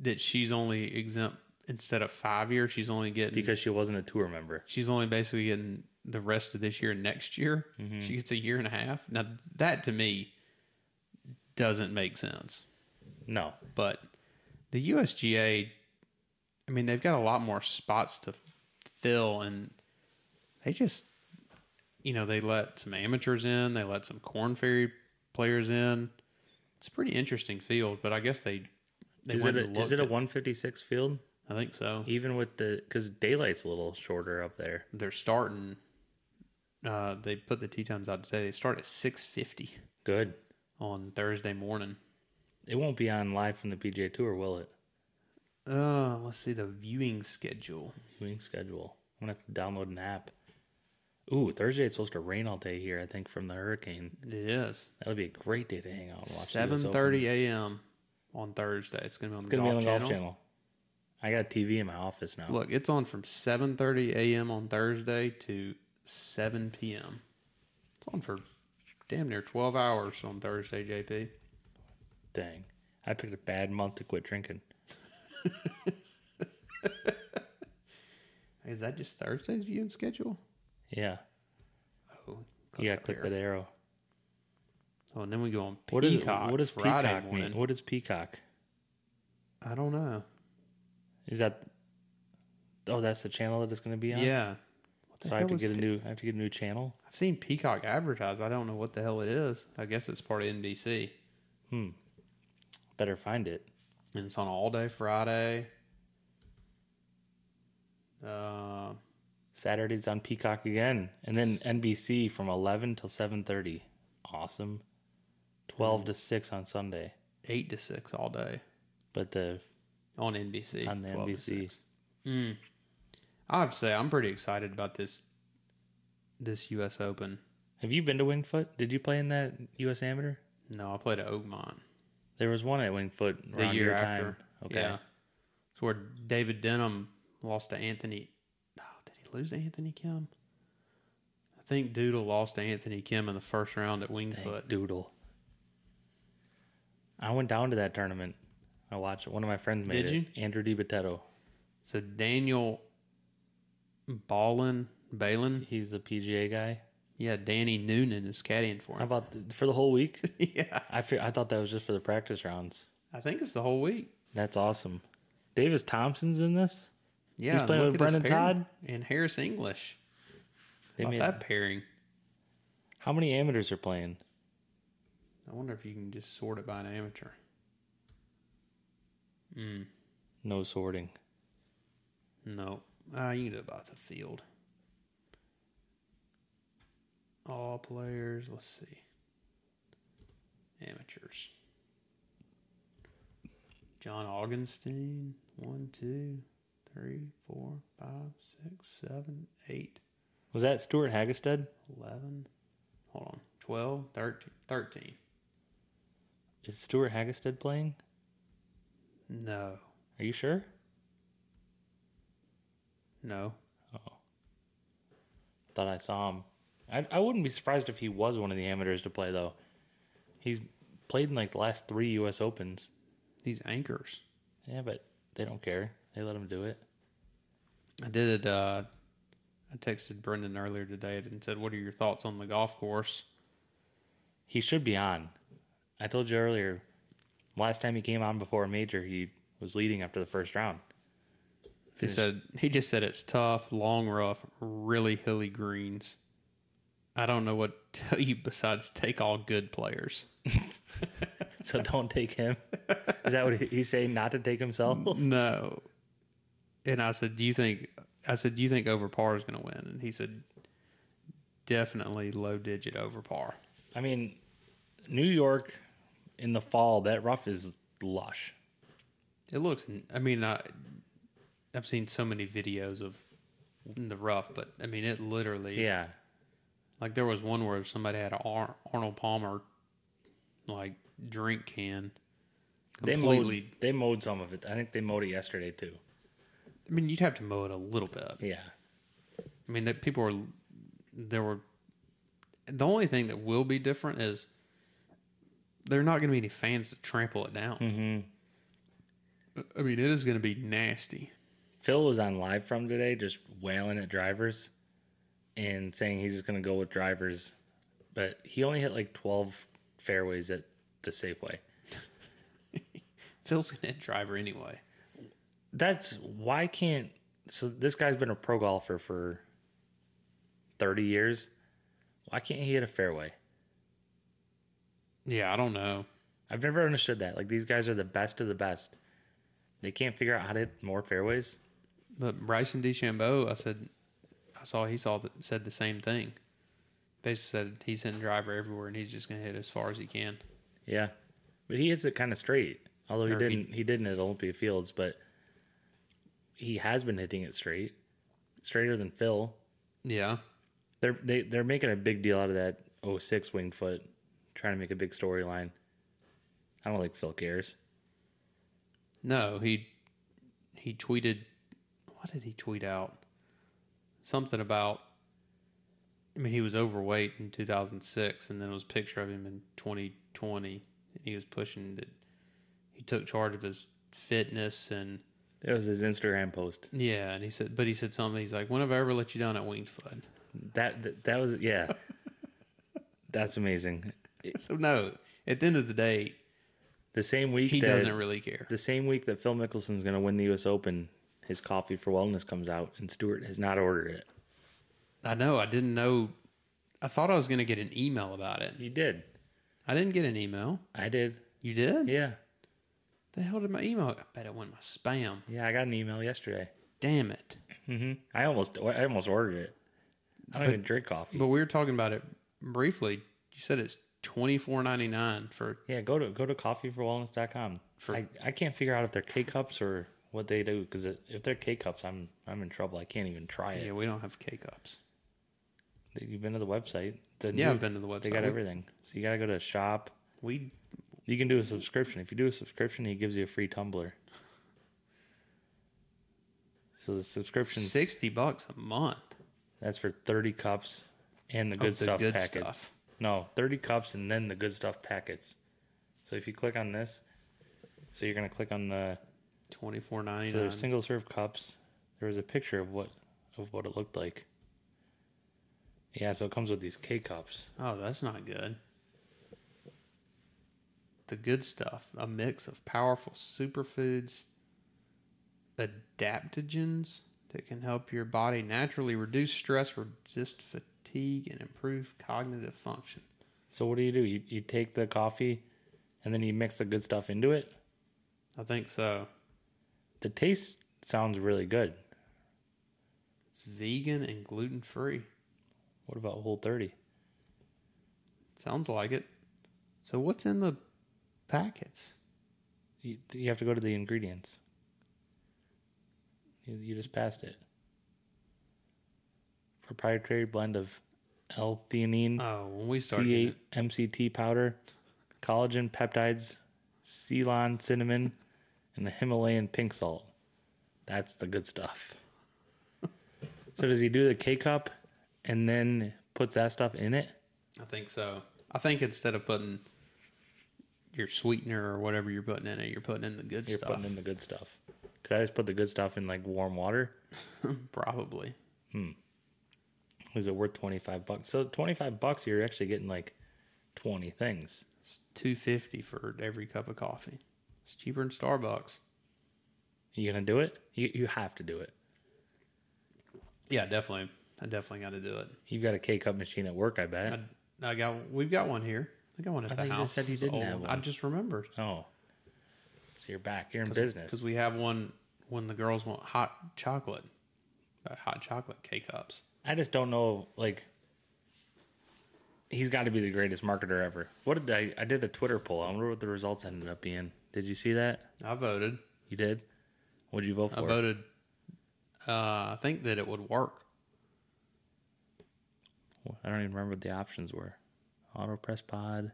[SPEAKER 2] that she's only exempt instead of five years. She's only getting
[SPEAKER 3] because she wasn't a tour member.
[SPEAKER 2] she's only basically getting the rest of this year and next year. She gets a year and a half. Now that to me doesn't make sense.
[SPEAKER 3] No,
[SPEAKER 2] But the USGA, I mean, they've got a lot more spots to fill, and they just, you know, they let some amateurs in, they let some corn fairy players in. It's a pretty interesting field, but I guess they they
[SPEAKER 3] is it
[SPEAKER 2] went
[SPEAKER 3] a,
[SPEAKER 2] and
[SPEAKER 3] is it
[SPEAKER 2] looked
[SPEAKER 3] a
[SPEAKER 2] at-
[SPEAKER 3] 156 field?
[SPEAKER 2] I think so.
[SPEAKER 3] Even with the because daylight's a little shorter up there.
[SPEAKER 2] They're starting. Uh, they put the tee times out today. They start at six fifty
[SPEAKER 3] Good.
[SPEAKER 2] on Thursday morning.
[SPEAKER 3] It won't be on live from the PGA Tour, will it?
[SPEAKER 2] Uh, let's see the viewing schedule.
[SPEAKER 3] Viewing schedule. I'm gonna have to download an app. Ooh, Thursday it's supposed to rain all day here. I think from the hurricane.
[SPEAKER 2] It is.
[SPEAKER 3] That'll be a great day to hang out and watch. the US Open.
[SPEAKER 2] Seven thirty a.m. on Thursday. It's gonna be on
[SPEAKER 3] It's
[SPEAKER 2] the,
[SPEAKER 3] gonna
[SPEAKER 2] golf,
[SPEAKER 3] be
[SPEAKER 2] channel.
[SPEAKER 3] on the Golf Channel. I got TV in my office now.
[SPEAKER 2] Look, it's on from seven thirty a.m. on Thursday to seven p.m. It's on for damn near twelve hours on Thursday. JP,
[SPEAKER 3] Dang, I picked a bad month to quit drinking.
[SPEAKER 2] is that just Thursday's viewing schedule?
[SPEAKER 3] Yeah,
[SPEAKER 2] Oh,
[SPEAKER 3] you gotta
[SPEAKER 2] up
[SPEAKER 3] click
[SPEAKER 2] here.
[SPEAKER 3] that arrow.
[SPEAKER 2] Oh, and then we go on
[SPEAKER 3] What is
[SPEAKER 2] Peacock.
[SPEAKER 3] what does
[SPEAKER 2] Friday
[SPEAKER 3] Peacock
[SPEAKER 2] morning.
[SPEAKER 3] mean? What is Peacock?
[SPEAKER 2] I don't know.
[SPEAKER 3] Is that? Oh, that's the channel that it's going to be on.
[SPEAKER 2] Yeah, What the
[SPEAKER 3] So I
[SPEAKER 2] hell
[SPEAKER 3] have to
[SPEAKER 2] is
[SPEAKER 3] get a
[SPEAKER 2] Pe-
[SPEAKER 3] new. I have to get a new channel.
[SPEAKER 2] I've seen Peacock advertised. I don't know what the hell it is. I guess it's part of NBC,
[SPEAKER 3] Better find it.
[SPEAKER 2] and it's on all day Friday. Uh,
[SPEAKER 3] Saturday's on Peacock again, and then NBC from eleven till seven thirty. Awesome. Twelve to six on Sunday,
[SPEAKER 2] eight to six all day
[SPEAKER 3] but the
[SPEAKER 2] on NBC.
[SPEAKER 3] On the
[SPEAKER 2] 12 to
[SPEAKER 3] NBC.
[SPEAKER 2] 6. Mm. I have to say, I'm pretty excited about this this U.S. Open.
[SPEAKER 3] have you been to Wingfoot? Did you play in that U.S. Amateur?
[SPEAKER 2] No, I played at Oakmont
[SPEAKER 3] There was one at Wingfoot
[SPEAKER 2] the
[SPEAKER 3] around
[SPEAKER 2] year
[SPEAKER 3] your
[SPEAKER 2] after.
[SPEAKER 3] time. Okay.
[SPEAKER 2] Yeah, it's where David Denham lost to Anthony. Oh, did he lose to Anthony Kim? I think Doodle lost to Anthony Kim in the first round at
[SPEAKER 3] Dang,
[SPEAKER 2] Wingfoot.
[SPEAKER 3] doodle. I went down to that tournament. I watched it. One of my friends made
[SPEAKER 2] Did
[SPEAKER 3] it. Andrew DiBattista.
[SPEAKER 2] So Daniel Ballin, Balin,
[SPEAKER 3] He's the PGA guy.
[SPEAKER 2] yeah, Danny Noonan is caddying for
[SPEAKER 3] How
[SPEAKER 2] him.
[SPEAKER 3] about th- for the whole week? (laughs)
[SPEAKER 2] yeah,
[SPEAKER 3] I fe- I thought that was just for the practice rounds.
[SPEAKER 2] I think it's the whole week.
[SPEAKER 3] That's awesome. Davis Thompson's in this.
[SPEAKER 2] Yeah,
[SPEAKER 3] He's playing
[SPEAKER 2] look
[SPEAKER 3] with
[SPEAKER 2] at his
[SPEAKER 3] Brennan
[SPEAKER 2] pairing.
[SPEAKER 3] Todd.
[SPEAKER 2] and Harris English.
[SPEAKER 3] They
[SPEAKER 2] About
[SPEAKER 3] made,
[SPEAKER 2] that pairing,
[SPEAKER 3] How many amateurs are playing?
[SPEAKER 2] I wonder if you can just sort it by an amateur. Mm,
[SPEAKER 3] No sorting.
[SPEAKER 2] no, uh, you can do it by the field. All players. Let's see. Amateurs. John Augenstein. One, two, three, four, five, six, seven, eight,
[SPEAKER 3] Was that Stuart Hagestad?
[SPEAKER 2] 11, hold on, 12, 13, 13.
[SPEAKER 3] Is Stuart Hagestad playing?
[SPEAKER 2] No,
[SPEAKER 3] Are you sure?
[SPEAKER 2] no.
[SPEAKER 3] Thought I saw him. I, I wouldn't be surprised if he was one of the amateurs to play though. He's played in like the last three U.S. Opens.
[SPEAKER 2] These anchors.
[SPEAKER 3] Yeah, but they don't care. They let him do it.
[SPEAKER 2] I did it. Uh, I texted Brendan earlier today and said, What are your thoughts on the golf course?
[SPEAKER 3] He should be on. I told you earlier. Last time he came on before a major, he was leading after the first round.
[SPEAKER 2] He
[SPEAKER 3] Finished.
[SPEAKER 2] said, He just said it's tough, long, rough, really hilly greens. I don't know what to (laughs) tell you besides take all good players. (laughs)
[SPEAKER 3] So (laughs) don't take him. Is that what he- he's saying? Not to take himself?
[SPEAKER 2] no. And I said, Do you think I said, "Do you think over par is going to win?" And he said, "Definitely low digit over par."
[SPEAKER 3] I mean, New York in the fall, that rough is lush.
[SPEAKER 2] It looks. I mean, I, I've seen so many videos of the rough, but I mean, it literally.
[SPEAKER 3] Yeah.
[SPEAKER 2] Like there was one where somebody had a Ar- Arnold Palmer, like drink can,
[SPEAKER 3] They
[SPEAKER 2] completely.
[SPEAKER 3] mowed, they mowed some of it. I think they mowed it yesterday too.
[SPEAKER 2] I mean, you'd have to mow it a little bit.
[SPEAKER 3] Yeah.
[SPEAKER 2] I mean, that people were there were. The only thing that will be different is there are not going to be any fans that trample it down.
[SPEAKER 3] Mm-hmm.
[SPEAKER 2] I mean, it is going to be nasty.
[SPEAKER 3] Phil was on live from today just wailing at drivers and saying he's just going to go with drivers. But he only hit like 12 fairways at the Safeway.
[SPEAKER 2] Phil's (laughs) going to driver anyway.
[SPEAKER 3] That's why can't. So this guy's been a pro golfer for 30 years. Why can't he hit a fairway?
[SPEAKER 2] Yeah, I don't know.
[SPEAKER 3] I've never understood that. Like these guys are the best of the best. They can't figure out how to hit more fairways.
[SPEAKER 2] But Bryson DeChambeau, I said, I saw he saw that said the same thing. Basically said he's hitting driver everywhere and he's just gonna hit as far as he can.
[SPEAKER 3] Yeah, but he hits it kind of straight. Although he
[SPEAKER 2] Or he-
[SPEAKER 3] didn't, he didn't at Olympia Fields, but he has been hitting it straight, straighter than Phil.
[SPEAKER 2] Yeah,
[SPEAKER 3] They're they, they're making a big deal out of that 06 winged foot, trying to make a big storyline. I don't think Phil cares.
[SPEAKER 2] no, he he tweeted. What did he tweet out? Something about. I mean, he was overweight in 2006, and then it was a picture of him in 2020, and he was pushing that he took charge of his fitness and
[SPEAKER 3] That was his Instagram post.
[SPEAKER 2] yeah, and he said, but he said something. He's like, "When have I ever let you down at Winged Foot?"
[SPEAKER 3] That that, that was
[SPEAKER 2] (laughs)
[SPEAKER 3] yeah. That's amazing.
[SPEAKER 2] So no, at the end of the day,
[SPEAKER 3] The same week
[SPEAKER 2] he
[SPEAKER 3] that-
[SPEAKER 2] doesn't really care.
[SPEAKER 3] The same week that Phil Mickelson's going to win the U.S. Open, his coffee for wellness comes out, and Stewart has not ordered it.
[SPEAKER 2] I know. I didn't know. I thought I was going to get an email about it.
[SPEAKER 3] You did.
[SPEAKER 2] I didn't get an email.
[SPEAKER 3] I did.
[SPEAKER 2] You did?
[SPEAKER 3] Yeah.
[SPEAKER 2] The hell did my email? I bet it went in my spam.
[SPEAKER 3] Yeah, I got an email yesterday.
[SPEAKER 2] Damn it!
[SPEAKER 3] hmm I almost, I almost ordered it. I don't
[SPEAKER 2] But-
[SPEAKER 3] even drink coffee.
[SPEAKER 2] But we were talking about it briefly. You said it's twenty four ninety nine for.
[SPEAKER 3] yeah, go to go to coffeeforwellness.com.
[SPEAKER 2] For-
[SPEAKER 3] I, I can't figure out if they're K cups or what they do because if they're K cups, I'm I'm in trouble. I can't even try
[SPEAKER 2] Yeah,
[SPEAKER 3] it.
[SPEAKER 2] we don't have K cups.
[SPEAKER 3] You've been to the website. It's a
[SPEAKER 2] Yeah,
[SPEAKER 3] new-
[SPEAKER 2] I've been to the website.
[SPEAKER 3] They got
[SPEAKER 2] We-
[SPEAKER 3] everything. So you got to go to shop.
[SPEAKER 2] We
[SPEAKER 3] You can do a subscription. If you do a subscription, he gives you a free tumbler. So the subscription
[SPEAKER 2] sixty bucks a month.
[SPEAKER 3] that's for thirty cups and the good
[SPEAKER 2] the
[SPEAKER 3] stuff
[SPEAKER 2] good
[SPEAKER 3] packets.
[SPEAKER 2] stuff.
[SPEAKER 3] No, thirty cups and then the good stuff packets. So if you click on this, so you're gonna click on the
[SPEAKER 2] Twenty four ninety
[SPEAKER 3] so
[SPEAKER 2] nine.
[SPEAKER 3] there's single serve cups. There was a picture of what of what it looked like. Yeah, so it comes with these K cups.
[SPEAKER 2] Oh, that's not good. The good stuff a mix of powerful superfoods, adaptogens that can help your body naturally reduce stress, resist fatigue, and improve cognitive function.
[SPEAKER 3] So what do you do? You you take the coffee, and then you mix the good stuff into it.
[SPEAKER 2] I think so.
[SPEAKER 3] The taste sounds really good.
[SPEAKER 2] It's vegan and gluten free.
[SPEAKER 3] What about Whole 30?
[SPEAKER 2] Sounds like it. So, what's in the packets?
[SPEAKER 3] You, you have to go to the ingredients. You, you just passed it. Proprietary blend of L-theanine,
[SPEAKER 2] Oh, when we started,
[SPEAKER 3] C8 MCT powder, collagen peptides, Ceylon cinnamon, and the Himalayan pink salt. That's the good stuff. so does he do the K cup and then puts that stuff in it?
[SPEAKER 2] I think so. I think instead of putting your sweetener or whatever you're putting in it, you're putting in the good
[SPEAKER 3] You're
[SPEAKER 2] stuff.
[SPEAKER 3] putting in the good stuff. Could I just put the good stuff in like warm water?
[SPEAKER 2] Probably.
[SPEAKER 3] Is it worth twenty five bucks? So twenty five bucks, you're actually getting like twenty things.
[SPEAKER 2] It's two fifty for every cup of coffee. It's cheaper than Starbucks.
[SPEAKER 3] You gonna do it? You you have to do it.
[SPEAKER 2] Yeah, definitely. I definitely got to do it.
[SPEAKER 3] You've got a K cup machine at work, I bet.
[SPEAKER 2] I, I got. We've got one here. I got one at
[SPEAKER 3] I
[SPEAKER 2] the
[SPEAKER 3] thought you just
[SPEAKER 2] house.
[SPEAKER 3] said you
[SPEAKER 2] It's
[SPEAKER 3] didn't
[SPEAKER 2] old.
[SPEAKER 3] have
[SPEAKER 2] I
[SPEAKER 3] one.
[SPEAKER 2] just remembered.
[SPEAKER 3] oh, so you're back. You're in business.
[SPEAKER 2] because we have one when the girls want hot chocolate. Got hot chocolate K cups.
[SPEAKER 3] I just don't know. Like, he's got to be the greatest marketer ever. What did I? I did a Twitter poll. I wonder what the results ended up being. Did you see that?
[SPEAKER 2] I voted.
[SPEAKER 3] You did. What'd you vote
[SPEAKER 2] I
[SPEAKER 3] for?
[SPEAKER 2] voted. Uh, I think that it would work.
[SPEAKER 3] I don't even remember what the options were. Auto press pod.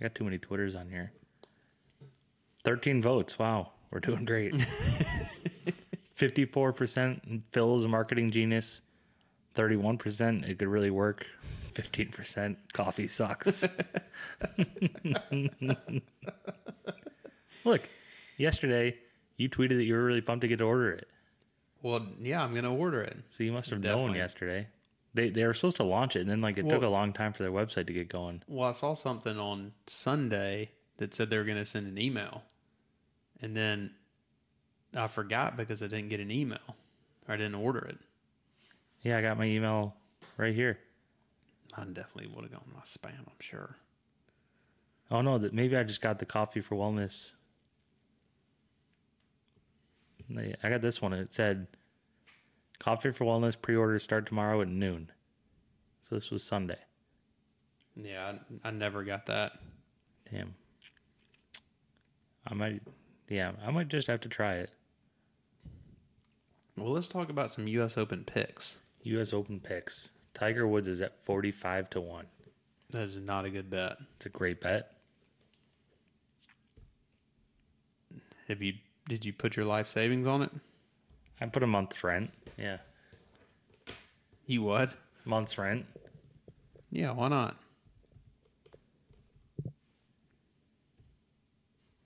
[SPEAKER 3] I got too many Twitters on here. 13 votes. Wow. We're doing great. 54% Phil's marketing genius. 31% it could really work. 15% coffee sucks. (laughs) Look, yesterday you tweeted that you were really pumped to get to order it.
[SPEAKER 2] Well, yeah, I'm gonna order it.
[SPEAKER 3] So you must have known
[SPEAKER 2] Definitely.
[SPEAKER 3] yesterday. They they were supposed to launch it, and then like it took a
[SPEAKER 2] Well-
[SPEAKER 3] long time for their website to get going.
[SPEAKER 2] Well, I saw something on Sunday that said they were gonna send an email, and then I forgot because I didn't get an email. Or I didn't order it.
[SPEAKER 3] Yeah, I got my email right here.
[SPEAKER 2] I definitely would have gone in my spam. I'm sure.
[SPEAKER 3] Oh no, that maybe I just got the coffee for wellness. They- I got this one. It said, "Coffee for wellness pre-orders start tomorrow at noon." So this was Sunday.
[SPEAKER 2] Yeah, I, I never got that.
[SPEAKER 3] Damn. I might, yeah, I might just have to try it.
[SPEAKER 2] Well, let's talk about some U.S. Open picks.
[SPEAKER 3] U.S. Open picks. Tiger Woods is at forty-five to one.
[SPEAKER 2] That is not a good bet.
[SPEAKER 3] It's a great bet.
[SPEAKER 2] Have you? Did you put your life savings on it?
[SPEAKER 3] I put a month's rent. Yeah.
[SPEAKER 2] You would.
[SPEAKER 3] month's rent.
[SPEAKER 2] Yeah, why not?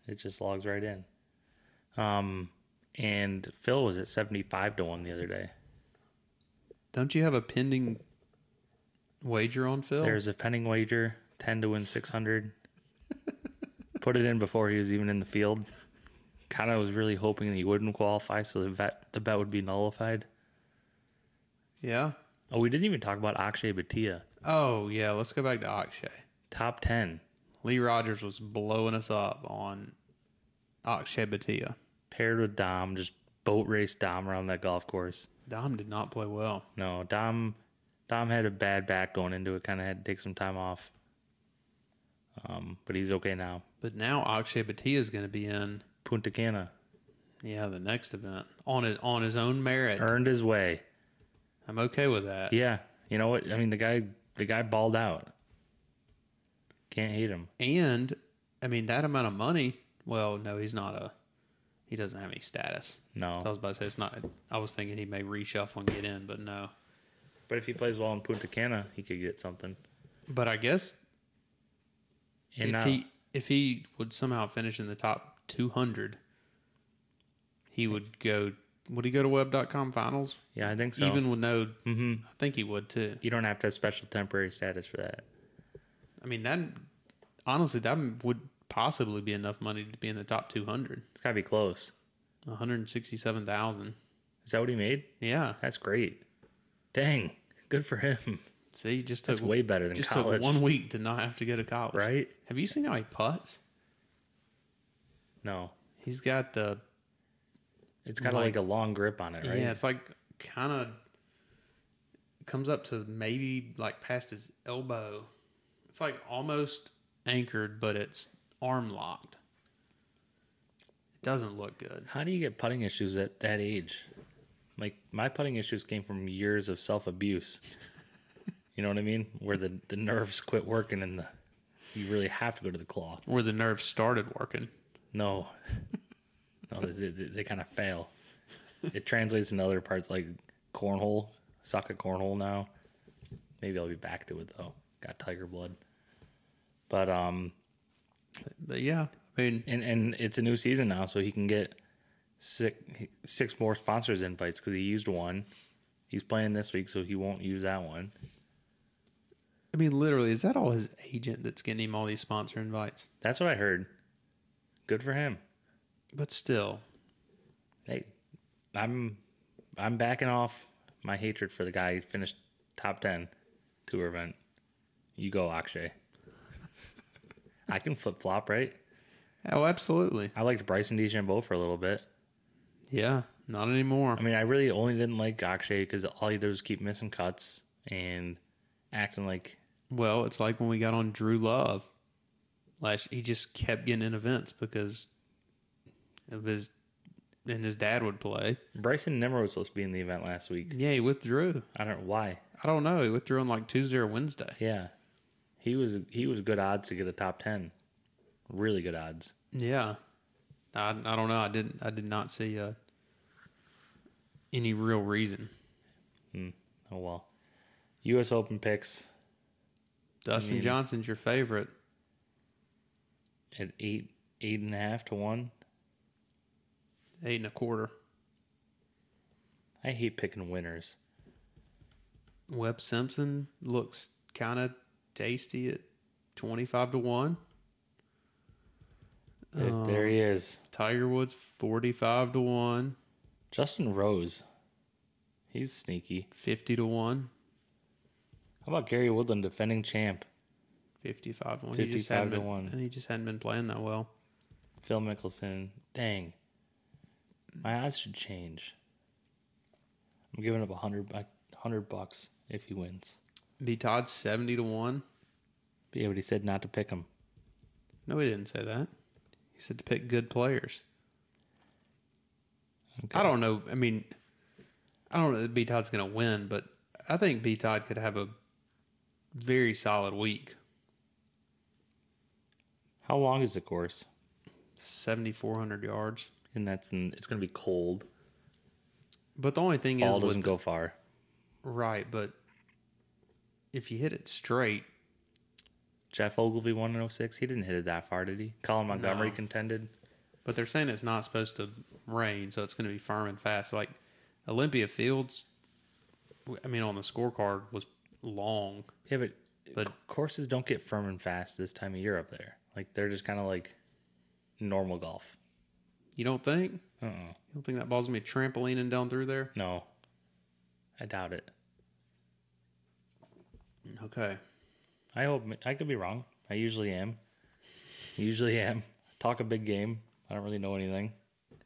[SPEAKER 3] It just logs right in. Um, and Phil was at seventy-five to one the other day.
[SPEAKER 2] Don't you have a pending wager on Phil?
[SPEAKER 3] There's a pending wager, ten to win six hundred. Put it in before he was even in the field. Kind of was really hoping that he wouldn't qualify, so the bet the bet would be nullified.
[SPEAKER 2] yeah.
[SPEAKER 3] Oh, we didn't even talk about Akshay Batia.
[SPEAKER 2] Oh yeah, let's go back to Akshay.
[SPEAKER 3] Top ten,
[SPEAKER 2] Lee Rogers was blowing us up on Akshay Batia.
[SPEAKER 3] paired with Dom, just boat race Dom around that golf course.
[SPEAKER 2] Dom did not play well.
[SPEAKER 3] No, Dom Dom had a bad back going into it, kinda had to take some time off. Um, but he's okay now.
[SPEAKER 2] But now Akshay Batia is going to be in
[SPEAKER 3] Punta Cana
[SPEAKER 2] yeah the next event on it on his own merit.
[SPEAKER 3] earned his way.
[SPEAKER 2] I'm okay with that.
[SPEAKER 3] Yeah, you know what? I mean, the guy the guy balled out. Can't hate him.
[SPEAKER 2] And I mean that amount of money. Well, no, he's not a. He doesn't have any status. So I
[SPEAKER 3] No,
[SPEAKER 2] was about to say it's not. I was thinking he may reshuffle and get in, but no.
[SPEAKER 3] but if he plays well in Punta Cana, he could get something.
[SPEAKER 2] But I guess
[SPEAKER 3] And
[SPEAKER 2] if
[SPEAKER 3] now,
[SPEAKER 2] he if he would somehow finish in the top 200, he would go. Would he go to web.com finals?
[SPEAKER 3] yeah, I think so.
[SPEAKER 2] Even with no,
[SPEAKER 3] hmm
[SPEAKER 2] I think he would too.
[SPEAKER 3] you don't have to have special temporary status for that.
[SPEAKER 2] I mean that honestly that would possibly be enough money to be in the top 200.
[SPEAKER 3] It's gotta be close.
[SPEAKER 2] 167,000.
[SPEAKER 3] Is that what he made?
[SPEAKER 2] Yeah.
[SPEAKER 3] That's great. Dang, good for him.
[SPEAKER 2] See, just took
[SPEAKER 3] That's way better than
[SPEAKER 2] just
[SPEAKER 3] college,
[SPEAKER 2] took one week to not have to go to college.
[SPEAKER 3] right?
[SPEAKER 2] Have you seen how he putts?
[SPEAKER 3] No,
[SPEAKER 2] He's got the
[SPEAKER 3] it's got like,
[SPEAKER 2] Like-
[SPEAKER 3] a long grip on it, right?
[SPEAKER 2] Yeah, it's like kind of comes up to maybe like past his elbow. It's like almost anchored, but it's arm locked. It doesn't look good.
[SPEAKER 3] How do you get putting issues at that age? Like my putting issues came from years of self abuse. you know what I mean? Where the, the nerves quit working and the you really have to go to the claw.
[SPEAKER 2] Where the nerve started working.
[SPEAKER 3] No, no, they, they, they kind of fail. It translates into other parts like cornhole. Suck at cornhole now. Maybe I'll be back to it though. Got tiger blood. But um,
[SPEAKER 2] But yeah, I mean,
[SPEAKER 3] and and it's a new season now, so he can get six six more sponsors invites because he used one. He's playing this week, so he won't use that one.
[SPEAKER 2] I mean, literally, is that all his agent that's getting him all these sponsor invites?
[SPEAKER 3] That's what I heard. Good for him.
[SPEAKER 2] But still,
[SPEAKER 3] Hey, I'm I'm backing off my hatred for the guy. He finished top ten tour event. You go, Akshay. I can flip flop, right?
[SPEAKER 2] oh, absolutely.
[SPEAKER 3] I liked Bryson DeChambeau for a little bit.
[SPEAKER 2] Yeah, not anymore.
[SPEAKER 3] I mean, I really only didn't like Akshay because all he did was keep missing cuts and acting like
[SPEAKER 2] Well, it's like when we got on Drew Love last. He just kept getting in events because of his and his dad would play.
[SPEAKER 3] Bryson Nimmer was supposed to be in the event last week.
[SPEAKER 2] Yeah, he withdrew.
[SPEAKER 3] I don't know why.
[SPEAKER 2] I don't know. He withdrew on like Tuesday or Wednesday.
[SPEAKER 3] Yeah, he was he was good odds to get a top ten, really good odds.
[SPEAKER 2] Yeah, I, I don't know. I didn't. I did not see uh, any real reason.
[SPEAKER 3] Oh well, U.S. Open picks
[SPEAKER 2] Dustin
[SPEAKER 3] mean-
[SPEAKER 2] Johnson's your favorite.
[SPEAKER 3] at eight eight and a half to one.
[SPEAKER 2] Eight and a quarter.
[SPEAKER 3] I hate picking winners.
[SPEAKER 2] Webb Simpson looks kind of tasty at twenty five to one.
[SPEAKER 3] There, there he is,
[SPEAKER 2] Tiger Woods forty five to one.
[SPEAKER 3] Justin Rose. He's sneaky.
[SPEAKER 2] 50 to 1,
[SPEAKER 3] How about Gary Woodland, defending champ?
[SPEAKER 2] 55 to 1. He just
[SPEAKER 3] 55
[SPEAKER 2] hadn't
[SPEAKER 3] to
[SPEAKER 2] been,
[SPEAKER 3] 1.
[SPEAKER 2] And he just hadn't been playing that well.
[SPEAKER 3] Phil Mickelson. Dang. My odds should change. I'm giving up a hundred bu- hundred bucks if he wins.
[SPEAKER 2] B Todd 70 to 1.
[SPEAKER 3] But yeah, but he said not to pick him.
[SPEAKER 2] No, he didn't say that. He said to pick good players.
[SPEAKER 3] Okay.
[SPEAKER 2] I don't know. I mean, I don't know that B Todd's going to win, but I think B Todd could have a very solid week.
[SPEAKER 3] How long is the course?
[SPEAKER 2] 7,400 yards.
[SPEAKER 3] And that's in, it's gonna be cold.
[SPEAKER 2] But the only thing
[SPEAKER 3] Ball
[SPEAKER 2] is,
[SPEAKER 3] doesn't
[SPEAKER 2] with,
[SPEAKER 3] go far.
[SPEAKER 2] right, but if you hit it straight,
[SPEAKER 3] Jeff Ogilvy won in 06. He didn't hit it that far, did he? Colin Montgomery contended.
[SPEAKER 2] But they're saying it's not supposed to rain, so it's going to be firm and fast. Like Olympia Fields, w- I mean, on the scorecard was long.
[SPEAKER 3] Yeah, but,
[SPEAKER 2] But-
[SPEAKER 3] c- courses don't get firm and fast this time of year up there. Like they're just kind of like normal golf.
[SPEAKER 2] You don't think? You
[SPEAKER 3] Uh uh
[SPEAKER 2] don't think that ball's going to be trampolining down through there?
[SPEAKER 3] No, I doubt it.
[SPEAKER 2] Okay.
[SPEAKER 3] I hope I could be wrong. I usually am. Usually am. Talk a big game. I don't really know anything.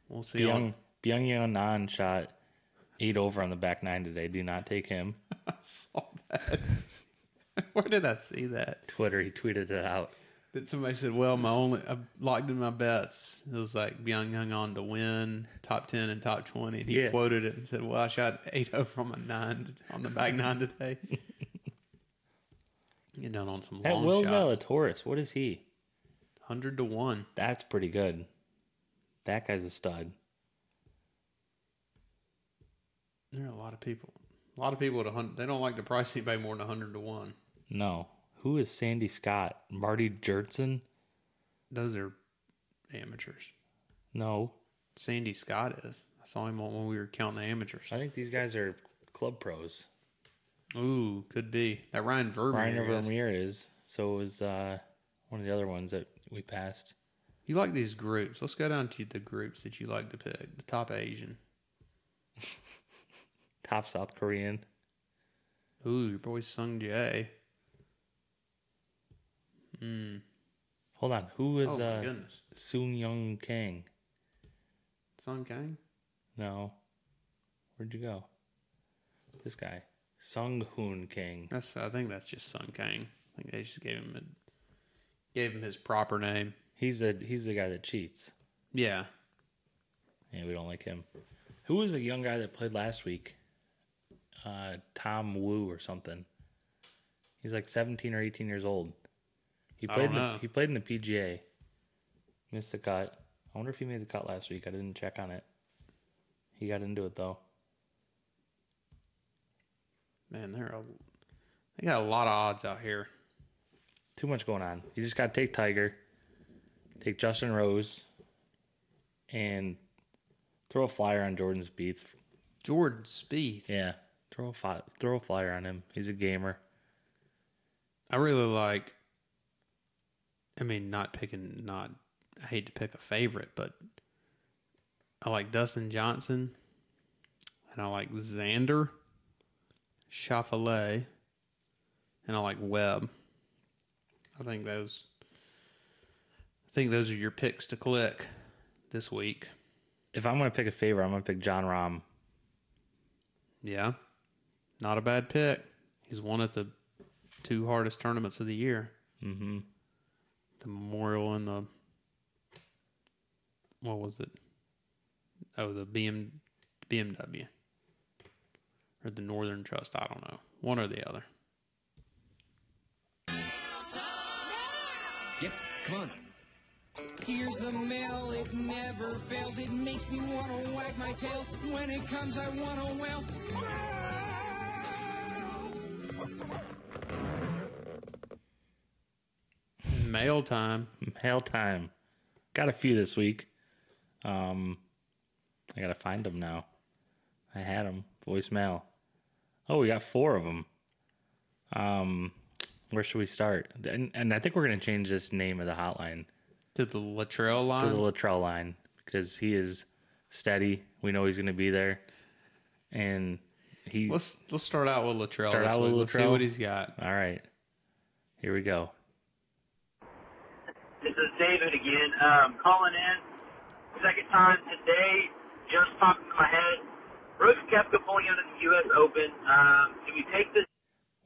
[SPEAKER 2] We'll see. (laughs)
[SPEAKER 3] Byung Byung Nan shot eight over on the back nine today. Do not take him. (laughs)
[SPEAKER 2] I saw that. (laughs) Where did I see that?
[SPEAKER 3] Twitter, he tweeted it out.
[SPEAKER 2] That somebody said, well, my only, I locked in my bets. It was like Young Young on to win top 10 and top 20. And he
[SPEAKER 3] Yeah.
[SPEAKER 2] quoted it and said, well, I shot 8 over on my nine, on the back nine
[SPEAKER 3] (laughs)
[SPEAKER 2] today. Getting down on some
[SPEAKER 3] That
[SPEAKER 2] long
[SPEAKER 3] Will
[SPEAKER 2] shots.
[SPEAKER 3] Zalatoris, what is he?
[SPEAKER 2] 100 to 1.
[SPEAKER 3] That's pretty good. That guy's a stud.
[SPEAKER 2] There are a lot of people. A lot of people at 100, they don't like to price anybody more than 100 to 1.
[SPEAKER 3] No. Who is Sandy Scott? Marty Jurtson?
[SPEAKER 2] Those are amateurs.
[SPEAKER 3] No.
[SPEAKER 2] Sandy Scott is. I saw him on when we were counting the amateurs.
[SPEAKER 3] I think these guys are club pros.
[SPEAKER 2] Ooh, could be. That Ryan Vermeer.
[SPEAKER 3] Ryan
[SPEAKER 2] is.
[SPEAKER 3] Vermeer is. So is uh, one of the other ones that we passed.
[SPEAKER 2] You like these groups. Let's go down to the groups that you like to pick. The top Asian.
[SPEAKER 3] Top South Korean.
[SPEAKER 2] Ooh, your boy Sung Jae. Mm.
[SPEAKER 3] Hold on. Who is
[SPEAKER 2] Oh my
[SPEAKER 3] uh,
[SPEAKER 2] goodness.
[SPEAKER 3] Soon Young Kang?
[SPEAKER 2] Sung Kang?
[SPEAKER 3] No. Where'd you go? This guy. Sung Hoon Kang.
[SPEAKER 2] That's I think that's just Sung Kang. I think they just gave him a, gave him his proper name.
[SPEAKER 3] He's the he's the guy that cheats.
[SPEAKER 2] Yeah.
[SPEAKER 3] Yeah, we don't like him. Who was the young guy that played last week? Uh, Tom Wu or something. He's like seventeen or eighteen years old. He
[SPEAKER 2] I
[SPEAKER 3] played
[SPEAKER 2] don't
[SPEAKER 3] in the,
[SPEAKER 2] know.
[SPEAKER 3] he played in the PGA. Missed the cut. I wonder if he made the cut last week. I didn't check on it. He got into it though.
[SPEAKER 2] Man, there are a, they got a lot of odds out here.
[SPEAKER 3] too much going on. You just got to take Tiger, take Justin Rose, and throw a flyer on Jordan Spieth.
[SPEAKER 2] Jordan Spieth.
[SPEAKER 3] Yeah, throw a fi- throw a flyer on him. He's a gamer.
[SPEAKER 2] I really like. I mean, not picking, not. I hate to pick a favorite, but I like Dustin Johnson, and I like Xander, Chaffalay, and I like Webb. I think those. I think those are your picks to click this week.
[SPEAKER 3] if I'm gonna pick a favorite, I'm gonna pick John Rahm. (laughs)
[SPEAKER 2] Yeah. Not a bad pick. He's won at the two hardest tournaments of the year
[SPEAKER 3] Mm-hmm.
[SPEAKER 2] the Memorial and the. What was it? Oh, the BM, BMW. Or the Northern Trust. I don't know. One or the other.
[SPEAKER 4] Yep, come on. Here's the mail, it never fails. It makes me wanna wag my tail. When it comes, I wanna wail.
[SPEAKER 2] Mail time.
[SPEAKER 3] Mail time. Got a few this week. Um, I gotta find them now. I had them voicemail. Oh, we got four of them. Um, where should we start? And, and I think we're gonna change this name of the hotline
[SPEAKER 2] To the Latrell
[SPEAKER 3] to
[SPEAKER 2] line.
[SPEAKER 3] the Latrell line because he is steady. We know he's gonna be there, and he.
[SPEAKER 2] let's let's start out with Latrell.
[SPEAKER 3] Start
[SPEAKER 2] this
[SPEAKER 3] out with
[SPEAKER 2] week. Let's see
[SPEAKER 3] Latrell.
[SPEAKER 2] what he's got.
[SPEAKER 3] All right, here we go.
[SPEAKER 5] This is David again, um, calling in. Second time today, just popped into my head. Brooks Koepka pulling out of the U.S. Open. Um, do we take this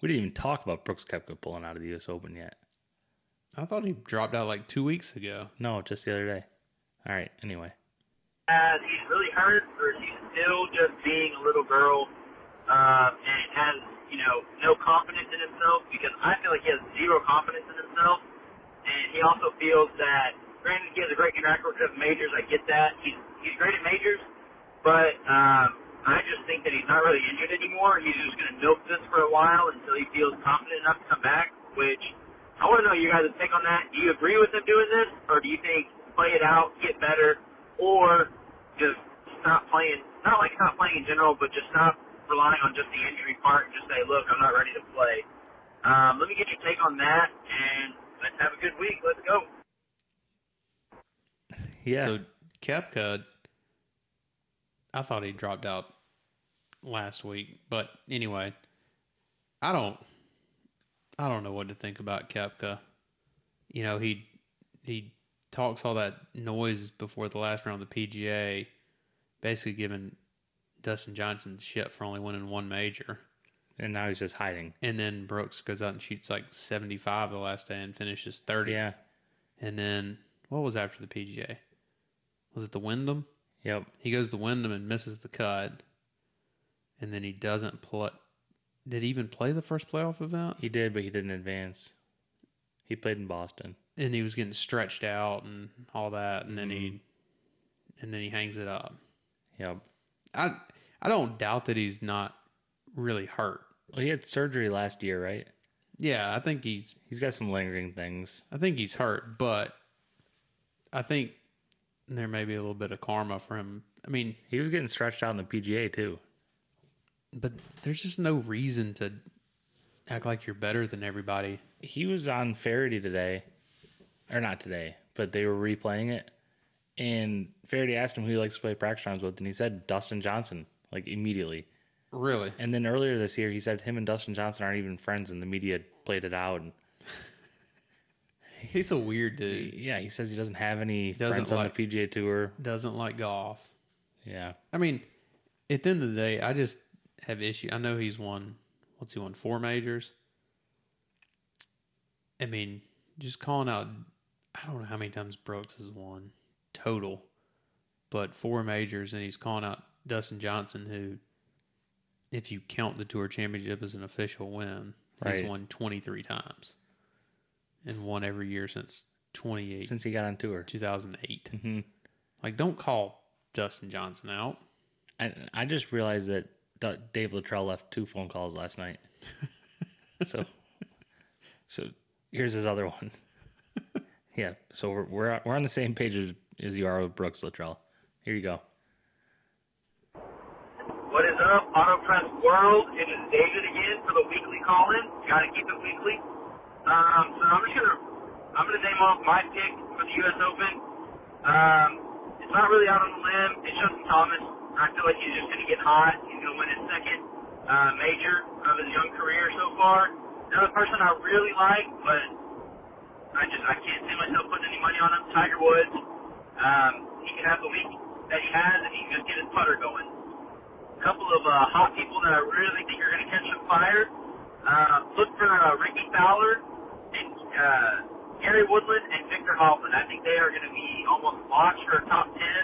[SPEAKER 3] We didn't even talk about Brooks Koepka pulling out of the U.S. Open yet.
[SPEAKER 2] I thought he dropped out like two weeks ago.
[SPEAKER 3] No, just the other day. All right. Anyway,
[SPEAKER 5] as he's really hurt, or is he still just being a little girl um, and has, you know, no confidence in himself? Because I feel like he has zero confidence in himself. And he also feels that, granted, he has a great track record of majors. I get that. He's, he's great at majors. But um, I just think that he's not really injured anymore. He's just going to milk this for a while until he feels confident enough to come back, which I want to know your guys' take on that. Do you agree with him doing this, or do you think play it out, get better, or just stop playing. Not like stop playing in general, but just stop relying on just the injury part and just say, look, I'm not ready to play. Um, let me get your take on that, and let's have a good week. Let's go.
[SPEAKER 3] yeah.
[SPEAKER 2] So Kepka, I thought he dropped out last week, but anyway, I don't, I don't know what to think about Kepka. You know, he he talks all that noise before the last round of the PGA, basically giving Dustin Johnson shit for only winning one major.
[SPEAKER 3] and now he's just hiding.
[SPEAKER 2] And then Brooks goes out and shoots like 75 the last day and finishes 30.
[SPEAKER 3] Yeah.
[SPEAKER 2] And then what was after the PGA? Was it the Wyndham?
[SPEAKER 3] Yep.
[SPEAKER 2] He goes to Wyndham and misses the cut. And then he doesn't play. Did he even play the first playoff event?
[SPEAKER 3] He did, but he didn't advance. He played in Boston.
[SPEAKER 2] And he was getting stretched out and all that. And then he, and then he hangs it up.
[SPEAKER 3] Yep.
[SPEAKER 2] I, I don't doubt that he's not really hurt.
[SPEAKER 3] Well, he had surgery last year, right?
[SPEAKER 2] Yeah, I think he's
[SPEAKER 3] He's got some lingering things.
[SPEAKER 2] I think he's hurt, but I think there may be a little bit of karma for him. I mean,
[SPEAKER 3] He was getting stretched out in the PGA too.
[SPEAKER 2] but there's just no reason to act like you're better than everybody.
[SPEAKER 3] He was on Faraday today, or not today, but they were replaying it. And Faraday asked him who he likes to play practice rounds with, and he said Dustin Johnson, like immediately.
[SPEAKER 2] Really?
[SPEAKER 3] And then earlier this year, he said him and Dustin Johnson aren't even friends, and the media played it out. And
[SPEAKER 2] He's a weird dude.
[SPEAKER 3] yeah, he says he doesn't have any
[SPEAKER 2] Doesn't
[SPEAKER 3] friends
[SPEAKER 2] like-
[SPEAKER 3] on the PGA Tour.
[SPEAKER 2] Doesn't like golf.
[SPEAKER 3] Yeah,
[SPEAKER 2] I mean, at the end of the day, I just have issue. I know he's won. What's he won? Four majors. I mean, just calling out. I don't know how many times Brooks has won total, but four majors, and he's calling out Dustin Johnson, who, if you count the tour championship as an official win, he's
[SPEAKER 3] Right.
[SPEAKER 2] won twenty three times, and won every year since twenty eight
[SPEAKER 3] since he got on tour.
[SPEAKER 2] 2008.
[SPEAKER 3] Mhm.
[SPEAKER 2] Like, don't call Dustin Johnson out.
[SPEAKER 3] I, I just realized that D- Dave Luttrell left two phone calls last night. so, so here's his other one. (laughs) yeah, so we're we're, we're on the same page as, as you are with Brooks Luttrell. Here you go.
[SPEAKER 5] What is up, Auto Press World? It is David again for the weekly call-in. Got to keep it weekly. Um, so I'm just gonna I'm gonna name off my pick for the U.S. Open. Um, it's not really out on the limb. It's Justin Thomas. I feel like he's just gonna get hot. He's gonna win his second uh, major of his young career so far. Another person I really like, but I just I can't see myself putting any money on him. Tiger Woods. Um, he could have the week that he has, and he can just get his putter going. A couple of uh, hot people that I really think are going to catch some fire. Uh, look for uh, Ricky Fowler and uh, Gary Woodland and Victor Hoffman. I think they are going to be almost locked for a top ten.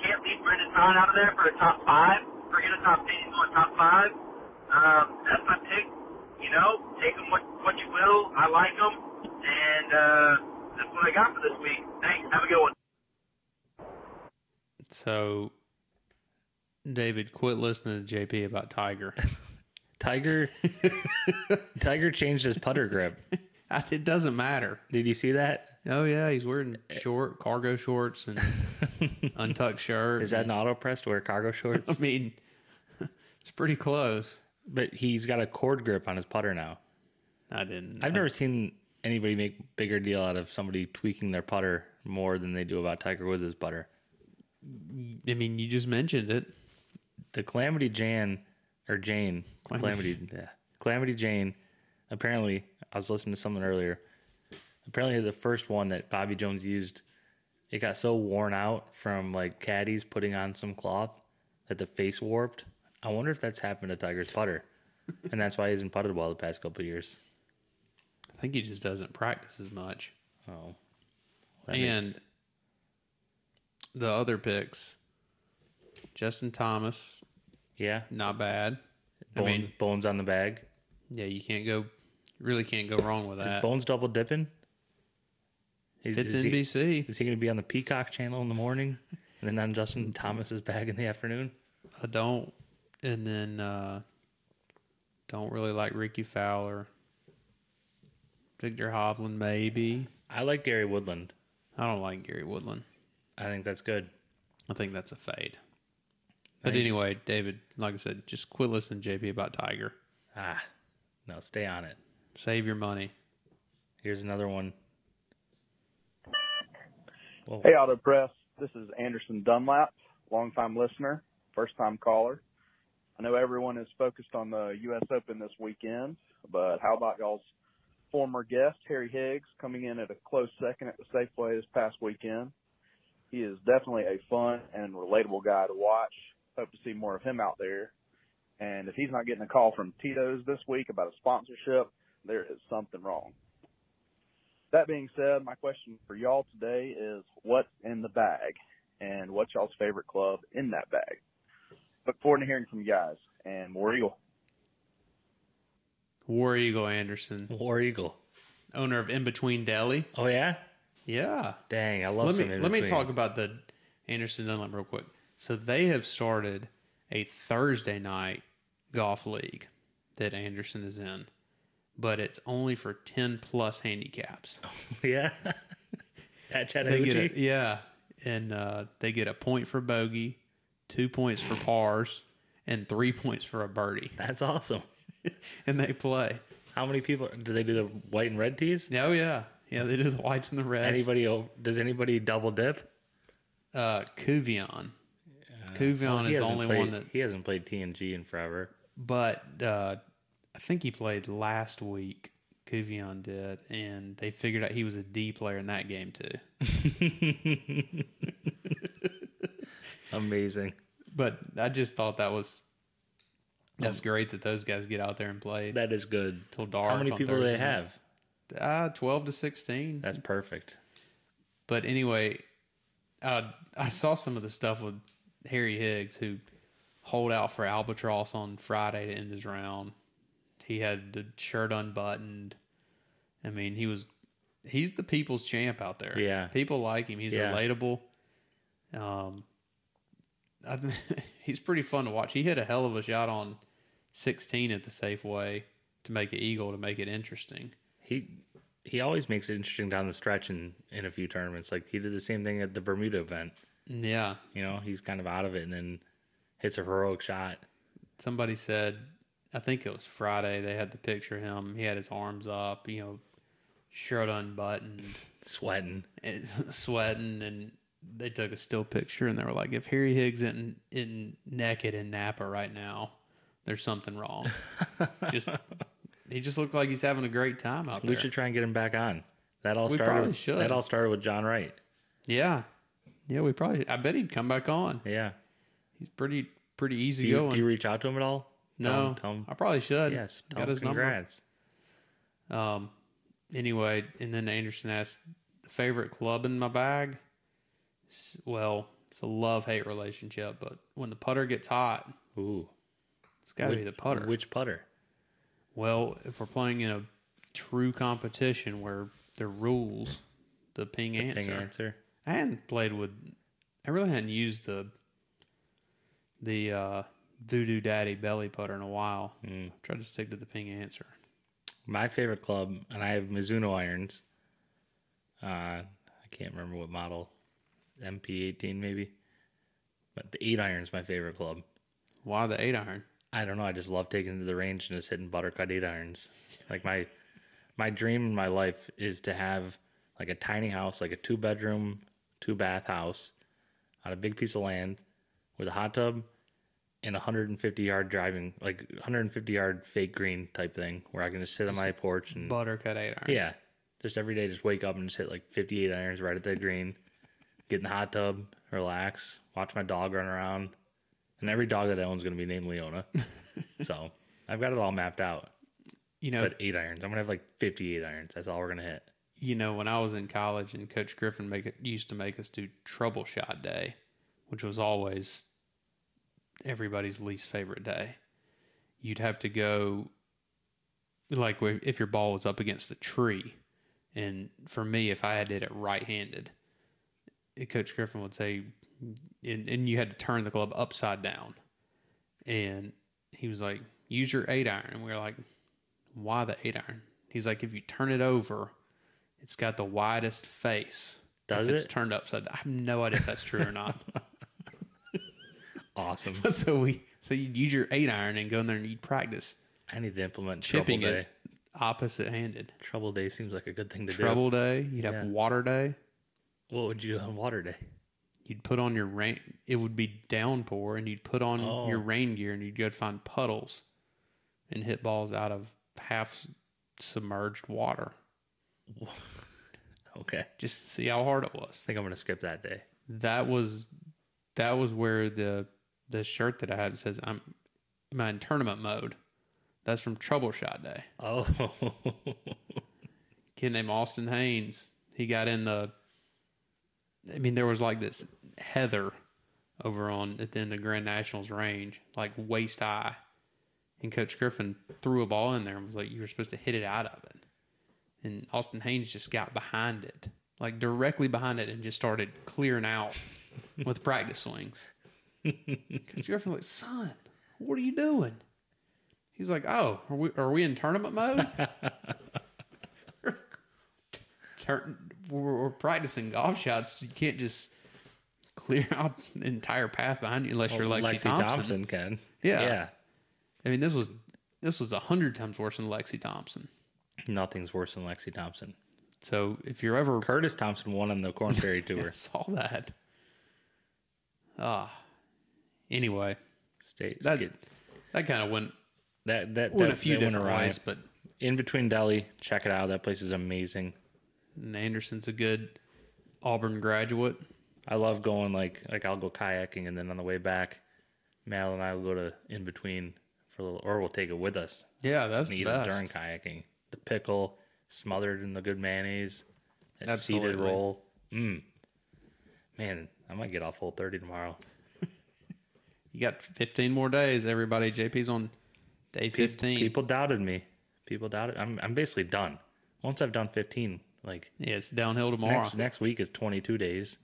[SPEAKER 5] Can't leave Brendan Todd out of there for a top five. Forget a top ten, he's going top five. Um, that's my pick. You know, take them what what you will. I like them, and uh, that's what I got for this week. Thanks. Have a good one.
[SPEAKER 2] So, David, quit listening to JP about
[SPEAKER 3] (laughs)
[SPEAKER 2] Tiger.
[SPEAKER 3] Tiger Tiger changed his putter grip.
[SPEAKER 2] it doesn't matter.
[SPEAKER 3] Did you see that?
[SPEAKER 2] Oh yeah, he's wearing
[SPEAKER 3] Eh.
[SPEAKER 2] short cargo shorts
[SPEAKER 3] (laughs)
[SPEAKER 2] and untucked shirt.
[SPEAKER 3] Is that an auto press to wear
[SPEAKER 2] (laughs)
[SPEAKER 3] cargo
[SPEAKER 2] I (laughs)
[SPEAKER 3] shorts?
[SPEAKER 2] mean, it's pretty close.
[SPEAKER 3] but he's got a cord grip on his putter now.
[SPEAKER 2] I didn't.
[SPEAKER 3] I've never seen anybody make bigger deal out of somebody tweaking their putter more than they do about Tiger Woods' putter.
[SPEAKER 2] I mean, you just mentioned it.
[SPEAKER 3] the Calamity Jan or Jane,
[SPEAKER 2] Calamity.
[SPEAKER 3] Calamity, yeah. Calamity Jane. Apparently, I was listening to something earlier. Apparently, the first one that Bobby Jones used, it got so worn out from like caddies putting on some cloth that the face warped. I wonder if that's happened to Tiger's putter, and that's why he hasn't putted well the past couple of years.
[SPEAKER 2] I think he just doesn't practice as much.
[SPEAKER 3] Oh, That
[SPEAKER 2] and
[SPEAKER 3] makes-
[SPEAKER 2] the other picks, Justin Thomas,
[SPEAKER 3] yeah,
[SPEAKER 2] not bad.
[SPEAKER 3] bones,
[SPEAKER 2] I mean,
[SPEAKER 3] bones on the bag.
[SPEAKER 2] yeah, you can't go, really can't go wrong with
[SPEAKER 3] Is
[SPEAKER 2] that.
[SPEAKER 3] bones double dipping? He's,
[SPEAKER 2] It's
[SPEAKER 3] is he-
[SPEAKER 2] NBC.
[SPEAKER 3] Is he going to be on the Peacock channel in the morning and then on Justin Thomas's bag in the afternoon?
[SPEAKER 2] I don't, and then uh don't really like Ricky Fowler, Victor Hovland. Maybe
[SPEAKER 3] I like Gary Woodland.
[SPEAKER 2] I don't like Gary Woodland.
[SPEAKER 3] I think that's good.
[SPEAKER 2] I think that's a fade. But
[SPEAKER 3] Thank-
[SPEAKER 2] anyway, David, like I said, just quit listening to JP about Tiger.
[SPEAKER 3] Ah, no, stay on it.
[SPEAKER 2] Save your money.
[SPEAKER 3] Here's another one. Whoa.
[SPEAKER 6] Hey, Auto Press. This is Anderson Dunlap, longtime listener, first time caller. I know everyone is focused on the U.S. Open this weekend, but how about y'all's former guest, Harry Higgs, coming in at a close second at the Safeway this past weekend? He is definitely a fun and relatable guy to watch. Hope to see more of him out there. And if he's not getting a call from Tito's this week about a sponsorship, there is something wrong. That being said, my question for y'all today is what's in the bag and what's y'all's favorite club in that bag? Look forward to hearing from you guys and more Eagle.
[SPEAKER 2] War Eagle Anderson,
[SPEAKER 3] War Eagle.
[SPEAKER 2] owner of In Between Deli.
[SPEAKER 3] Oh, yeah?
[SPEAKER 2] Yeah.
[SPEAKER 3] Dang, I love
[SPEAKER 2] let me
[SPEAKER 3] some
[SPEAKER 2] let me
[SPEAKER 3] in-between.
[SPEAKER 2] talk about the Anderson Dunlap real quick. So they have started a Thursday night golf league that Anderson is in, but it's only for ten plus handicaps.
[SPEAKER 3] Oh, (laughs) yeah.
[SPEAKER 2] they
[SPEAKER 3] At
[SPEAKER 2] get
[SPEAKER 3] Chattahoochee.
[SPEAKER 2] a, yeah, and uh, they get a point for bogey, two points for pars, and three points for a birdie,
[SPEAKER 3] That's awesome.
[SPEAKER 2] and they play.
[SPEAKER 3] How many people do they do the white and red tees?
[SPEAKER 2] Oh yeah, yeah. They do the whites and the reds.
[SPEAKER 3] Anybody? o- Does anybody double dip?
[SPEAKER 2] Uh, Kuvion. Kuvion
[SPEAKER 3] He
[SPEAKER 2] is the
[SPEAKER 3] hasn't
[SPEAKER 2] only
[SPEAKER 3] played-
[SPEAKER 2] one that
[SPEAKER 3] he hasn't played TNG in forever.
[SPEAKER 2] but uh, I think he played last week. Kuvion did, and they figured out he was a D player in that game too. (laughs)
[SPEAKER 3] Amazing.
[SPEAKER 2] But I just thought that was that's great that those guys get out there and play
[SPEAKER 3] That is good.
[SPEAKER 2] till dark.
[SPEAKER 3] How many
[SPEAKER 2] on
[SPEAKER 3] people do they
[SPEAKER 2] Thursday nights.
[SPEAKER 3] have?
[SPEAKER 2] Uh, twelve to sixteen.
[SPEAKER 3] That's perfect.
[SPEAKER 2] But anyway, uh, I saw some of the stuff with Harry Higgs, who holed out for Albatross on Friday to end his round. He had the shirt unbuttoned. I mean, he was he's the people's champ out there.
[SPEAKER 3] Yeah.
[SPEAKER 2] people like him. He's
[SPEAKER 3] Yeah.
[SPEAKER 2] relatable. Um, I, th- (laughs) he's pretty fun to watch. He hit a hell of a shot on sixteen at the Safeway to make it eagle to make it interesting.
[SPEAKER 3] He he always makes it interesting down the stretch in, in a few tournaments. Like he did the same thing at the Bermuda event.
[SPEAKER 2] Yeah,
[SPEAKER 3] You know, he's kind of out of it and then hits a heroic shot.
[SPEAKER 2] somebody said i think it was friday they had the picture of him he had his arms up you know shirt unbuttoned (laughs)
[SPEAKER 3] Sweating.
[SPEAKER 2] and sweating and they took a still picture and they were like if harry higgs isn't in naked in napa right now there's something
[SPEAKER 3] (laughs)
[SPEAKER 2] wrong just he just looked like he's having a great time out there
[SPEAKER 3] We should try and get him back on. That all
[SPEAKER 2] We
[SPEAKER 3] started
[SPEAKER 2] probably should.
[SPEAKER 3] that all started with John Wright.
[SPEAKER 2] yeah Yeah, we probably. I bet he'd come back on.
[SPEAKER 3] Yeah.
[SPEAKER 2] He's pretty pretty easy
[SPEAKER 3] Do you,
[SPEAKER 2] going.
[SPEAKER 3] do you reach out to him at all? Tell
[SPEAKER 2] no,
[SPEAKER 3] him- tell him-
[SPEAKER 2] I probably should.
[SPEAKER 3] yes. Tell
[SPEAKER 2] got
[SPEAKER 3] him
[SPEAKER 2] his number.
[SPEAKER 3] congrats.
[SPEAKER 2] Um. Anyway, and then Anderson asked the favorite club in my bag. S- Well, it's a love hate relationship, but when the putter gets hot,
[SPEAKER 3] Ooh.
[SPEAKER 2] it's got to
[SPEAKER 3] Which-
[SPEAKER 2] be the putter.
[SPEAKER 3] Which putter?
[SPEAKER 2] Well, if we're playing in a true competition where the rules, the ping answer.
[SPEAKER 3] Ping answer.
[SPEAKER 2] I hadn't played with. I really hadn't used the the uh, Voodoo Daddy belly putter in a while.
[SPEAKER 3] Mm.
[SPEAKER 2] tried to stick to the ping answer.
[SPEAKER 3] My favorite club, and I have Mizuno irons. Uh, I can't remember what model, MP18 maybe, but the eight iron is my favorite club.
[SPEAKER 2] Why the eight iron?
[SPEAKER 3] I don't know. I just love taking it to the range and just hitting buttercut eight irons. Like my my dream in my life is to have like a tiny house, like a two bedroom, two bath house on a big piece of land with a hot tub and a 150 yard driving, like 150 yard fake green type thing where I can just sit on my porch and
[SPEAKER 2] Buttercut eight irons.
[SPEAKER 3] Hmm. yeah, just every day just wake up and just hit like 58 irons right at the green, get in the hot tub, relax, watch my dog run around. And every dog that I own is going to be
[SPEAKER 2] (laughs)
[SPEAKER 3] named Leona. so I've got it all mapped out.
[SPEAKER 2] You know,
[SPEAKER 3] But eight irons. I'm going to have like 58 irons. That's all we're going to hit.
[SPEAKER 2] you know, when I was in college and Coach Griffin make it, used to make us do trouble shot day, which was always everybody's least favorite day. You'd have to go, like, if if your ball was up against the tree. And for me, if I had did it right handed, Coach Griffin would say, and, and you had to turn the club upside down. And he was like, use your eight iron. And we were like, why the eight iron? He's like, if you turn it over, it's got the widest face.
[SPEAKER 3] Does
[SPEAKER 2] if It's
[SPEAKER 3] it?
[SPEAKER 2] turned upside down. I have no idea if that's true or not. (laughs)
[SPEAKER 3] Awesome.
[SPEAKER 2] so we, so you'd use your eight iron and go in there and you'd practice
[SPEAKER 3] I need to implement
[SPEAKER 2] chipping
[SPEAKER 3] trouble day.
[SPEAKER 2] it opposite handed.
[SPEAKER 3] Trouble day seems like a good thing to
[SPEAKER 2] Trouble day. You'd have
[SPEAKER 3] Yeah.
[SPEAKER 2] water day.
[SPEAKER 3] do. What would you do on water day? (laughs)
[SPEAKER 2] You'd put on your rain. It would be downpour, and you'd put on
[SPEAKER 3] Oh.
[SPEAKER 2] your rain gear, and you'd go find puddles, and hit balls out of half submerged water,
[SPEAKER 3] Okay. I
[SPEAKER 2] just to see how hard it was.
[SPEAKER 3] think I'm going to skip that day.
[SPEAKER 2] that was that was where the the shirt that I have says I'm am I in tournament mode. That's from Trouble Shot Day.
[SPEAKER 3] Oh.
[SPEAKER 2] kid named Austin Haynes. He got in the I mean, there was like this heather over on at the end of Grand Nationals range, like waist high. And Coach Griffin threw a ball in there and was like, You were supposed to hit it out of it. And Austin Haynes just got behind it, like directly behind it, and just started clearing (laughs) out with practice swings. Coach Griffin was like, Son, what are you doing? He's like, Oh, are we, are we in tournament mode? Turn, we're, we're practicing golf shots. You can't just clear (laughs) out the entire path behind you unless
[SPEAKER 3] (laughs)
[SPEAKER 2] you're Oh, Lexi, Thompson.
[SPEAKER 3] can.
[SPEAKER 2] Yeah.
[SPEAKER 3] Yeah.
[SPEAKER 2] I mean, this was this was a hundred times worse than Lexi Thompson.
[SPEAKER 3] Nothing's worse than Lexi Thompson.
[SPEAKER 2] So if you're ever
[SPEAKER 3] Curtis Thompson won on the
[SPEAKER 2] (laughs)
[SPEAKER 3] Corn Ferry
[SPEAKER 2] I
[SPEAKER 3] Tour.
[SPEAKER 2] saw that. Ah. Anyway,
[SPEAKER 3] State
[SPEAKER 2] that
[SPEAKER 3] skid-
[SPEAKER 2] that kind of went
[SPEAKER 3] that that
[SPEAKER 2] went
[SPEAKER 3] that-
[SPEAKER 2] a few
[SPEAKER 3] that went
[SPEAKER 2] different
[SPEAKER 3] awry.
[SPEAKER 2] ways, but
[SPEAKER 3] In between Delhi, check it out. That place is amazing.
[SPEAKER 2] Anderson's a good Auburn graduate.
[SPEAKER 3] I love going like like I'll go kayaking and then on the way back, Madeline and I will go to in between for a little, or we'll take it with us
[SPEAKER 2] Yeah, that's
[SPEAKER 3] and eat it during kayaking. The pickle smothered in the good mayonnaise, that seeded
[SPEAKER 2] Absolutely.
[SPEAKER 3] roll. Mm. Man, I might get off full thirty tomorrow.
[SPEAKER 2] You got 15 more days, everybody. JP's on day 15.
[SPEAKER 3] People doubted me. People doubted. I'm I'm basically done. Once I've done fifteen, like
[SPEAKER 2] yeah, it's downhill tomorrow.
[SPEAKER 3] Next, next week is 22 days.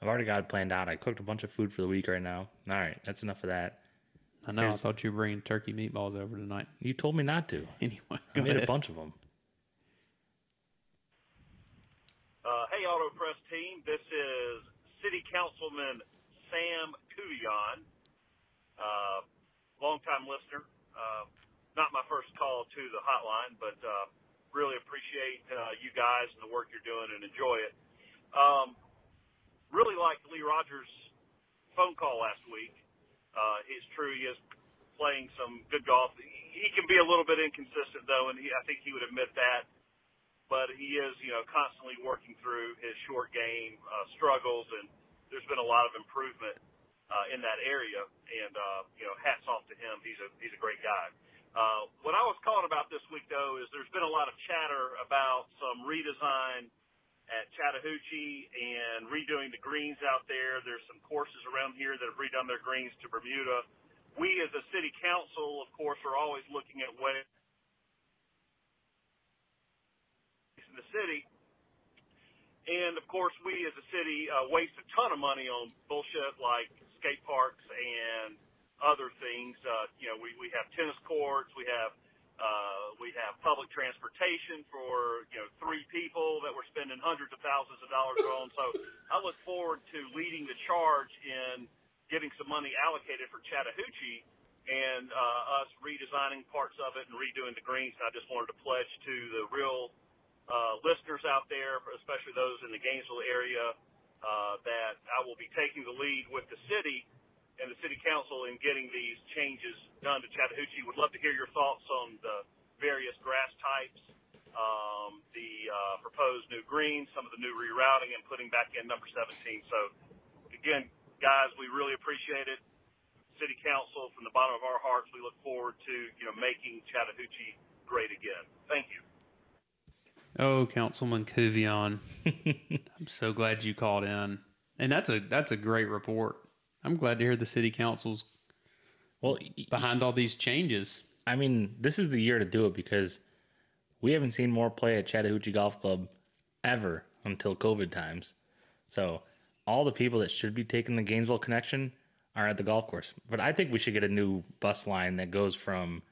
[SPEAKER 3] I've already got it planned out. I cooked a bunch of food for the week right now. All right, that's enough of that.
[SPEAKER 2] I know. I thought you were bringing turkey meatballs over tonight. (laughs)
[SPEAKER 3] You told me not to.
[SPEAKER 2] Anyway,
[SPEAKER 3] I
[SPEAKER 2] go
[SPEAKER 3] made a
[SPEAKER 2] ahead.
[SPEAKER 3] bunch of them.
[SPEAKER 7] Uh, hey, Auto Press team. This is City Councilman Sam Kuyan, uh, longtime listener. Uh, not my first call to the hotline, but uh, really appreciate uh, you guys and the work you're doing and enjoy it. Um, really liked Lee Rogers' phone call last week. Uh, he's true. He is playing some good golf. He he can be a little bit inconsistent, though, and he, I think he would admit that but he is, you know, constantly working through his short game uh, struggles and there's been a lot of improvement uh, in that area, and uh, you know, hats off to him. He's a he's a great guy. Uh, what I was calling about this week though is there's been a lot of chatter about some redesign at Chattahoochee and redoing the greens out there. There's some courses around here that have redone their greens to Bermuda. We as a city council, of course, are always looking at ways in the city. And of course, we as a city uh, waste a ton of money on bullshit like skate parks and other things. Uh, you know, we, we have tennis courts, we have uh, we have public transportation for you know three people that we're spending hundreds of thousands of dollars on. So I look forward to leading the charge in getting some money allocated for Chattahoochee and uh, us redesigning parts of it and redoing the greens. And I just wanted to pledge to the real uh, listeners out there, especially those in the Gainesville area, uh, that I will be taking the lead with the city and the city council in getting these changes done to Chattahoochee. Would love to hear your thoughts on the various grass types, um, the uh, proposed new greens, some of the new rerouting, and putting back in number 17. So, again, guys, we really appreciate it. City council, from the bottom of our hearts, we look forward to you know making Chattahoochee great again. Thank you.
[SPEAKER 2] Oh, Councilman
[SPEAKER 3] (laughs)
[SPEAKER 2] Kuvion, I'm so glad you called in, and that's a that's a great report. I'm glad to hear the city council's
[SPEAKER 3] Well, y- y-
[SPEAKER 2] behind all these changes.
[SPEAKER 3] I mean, this is the year to do it because we haven't seen more play at Chattahoochee Golf Club ever until COVID times. So all the people that should be taking the Gainesville connection are at the golf course. But I think we should get a new bus line that goes from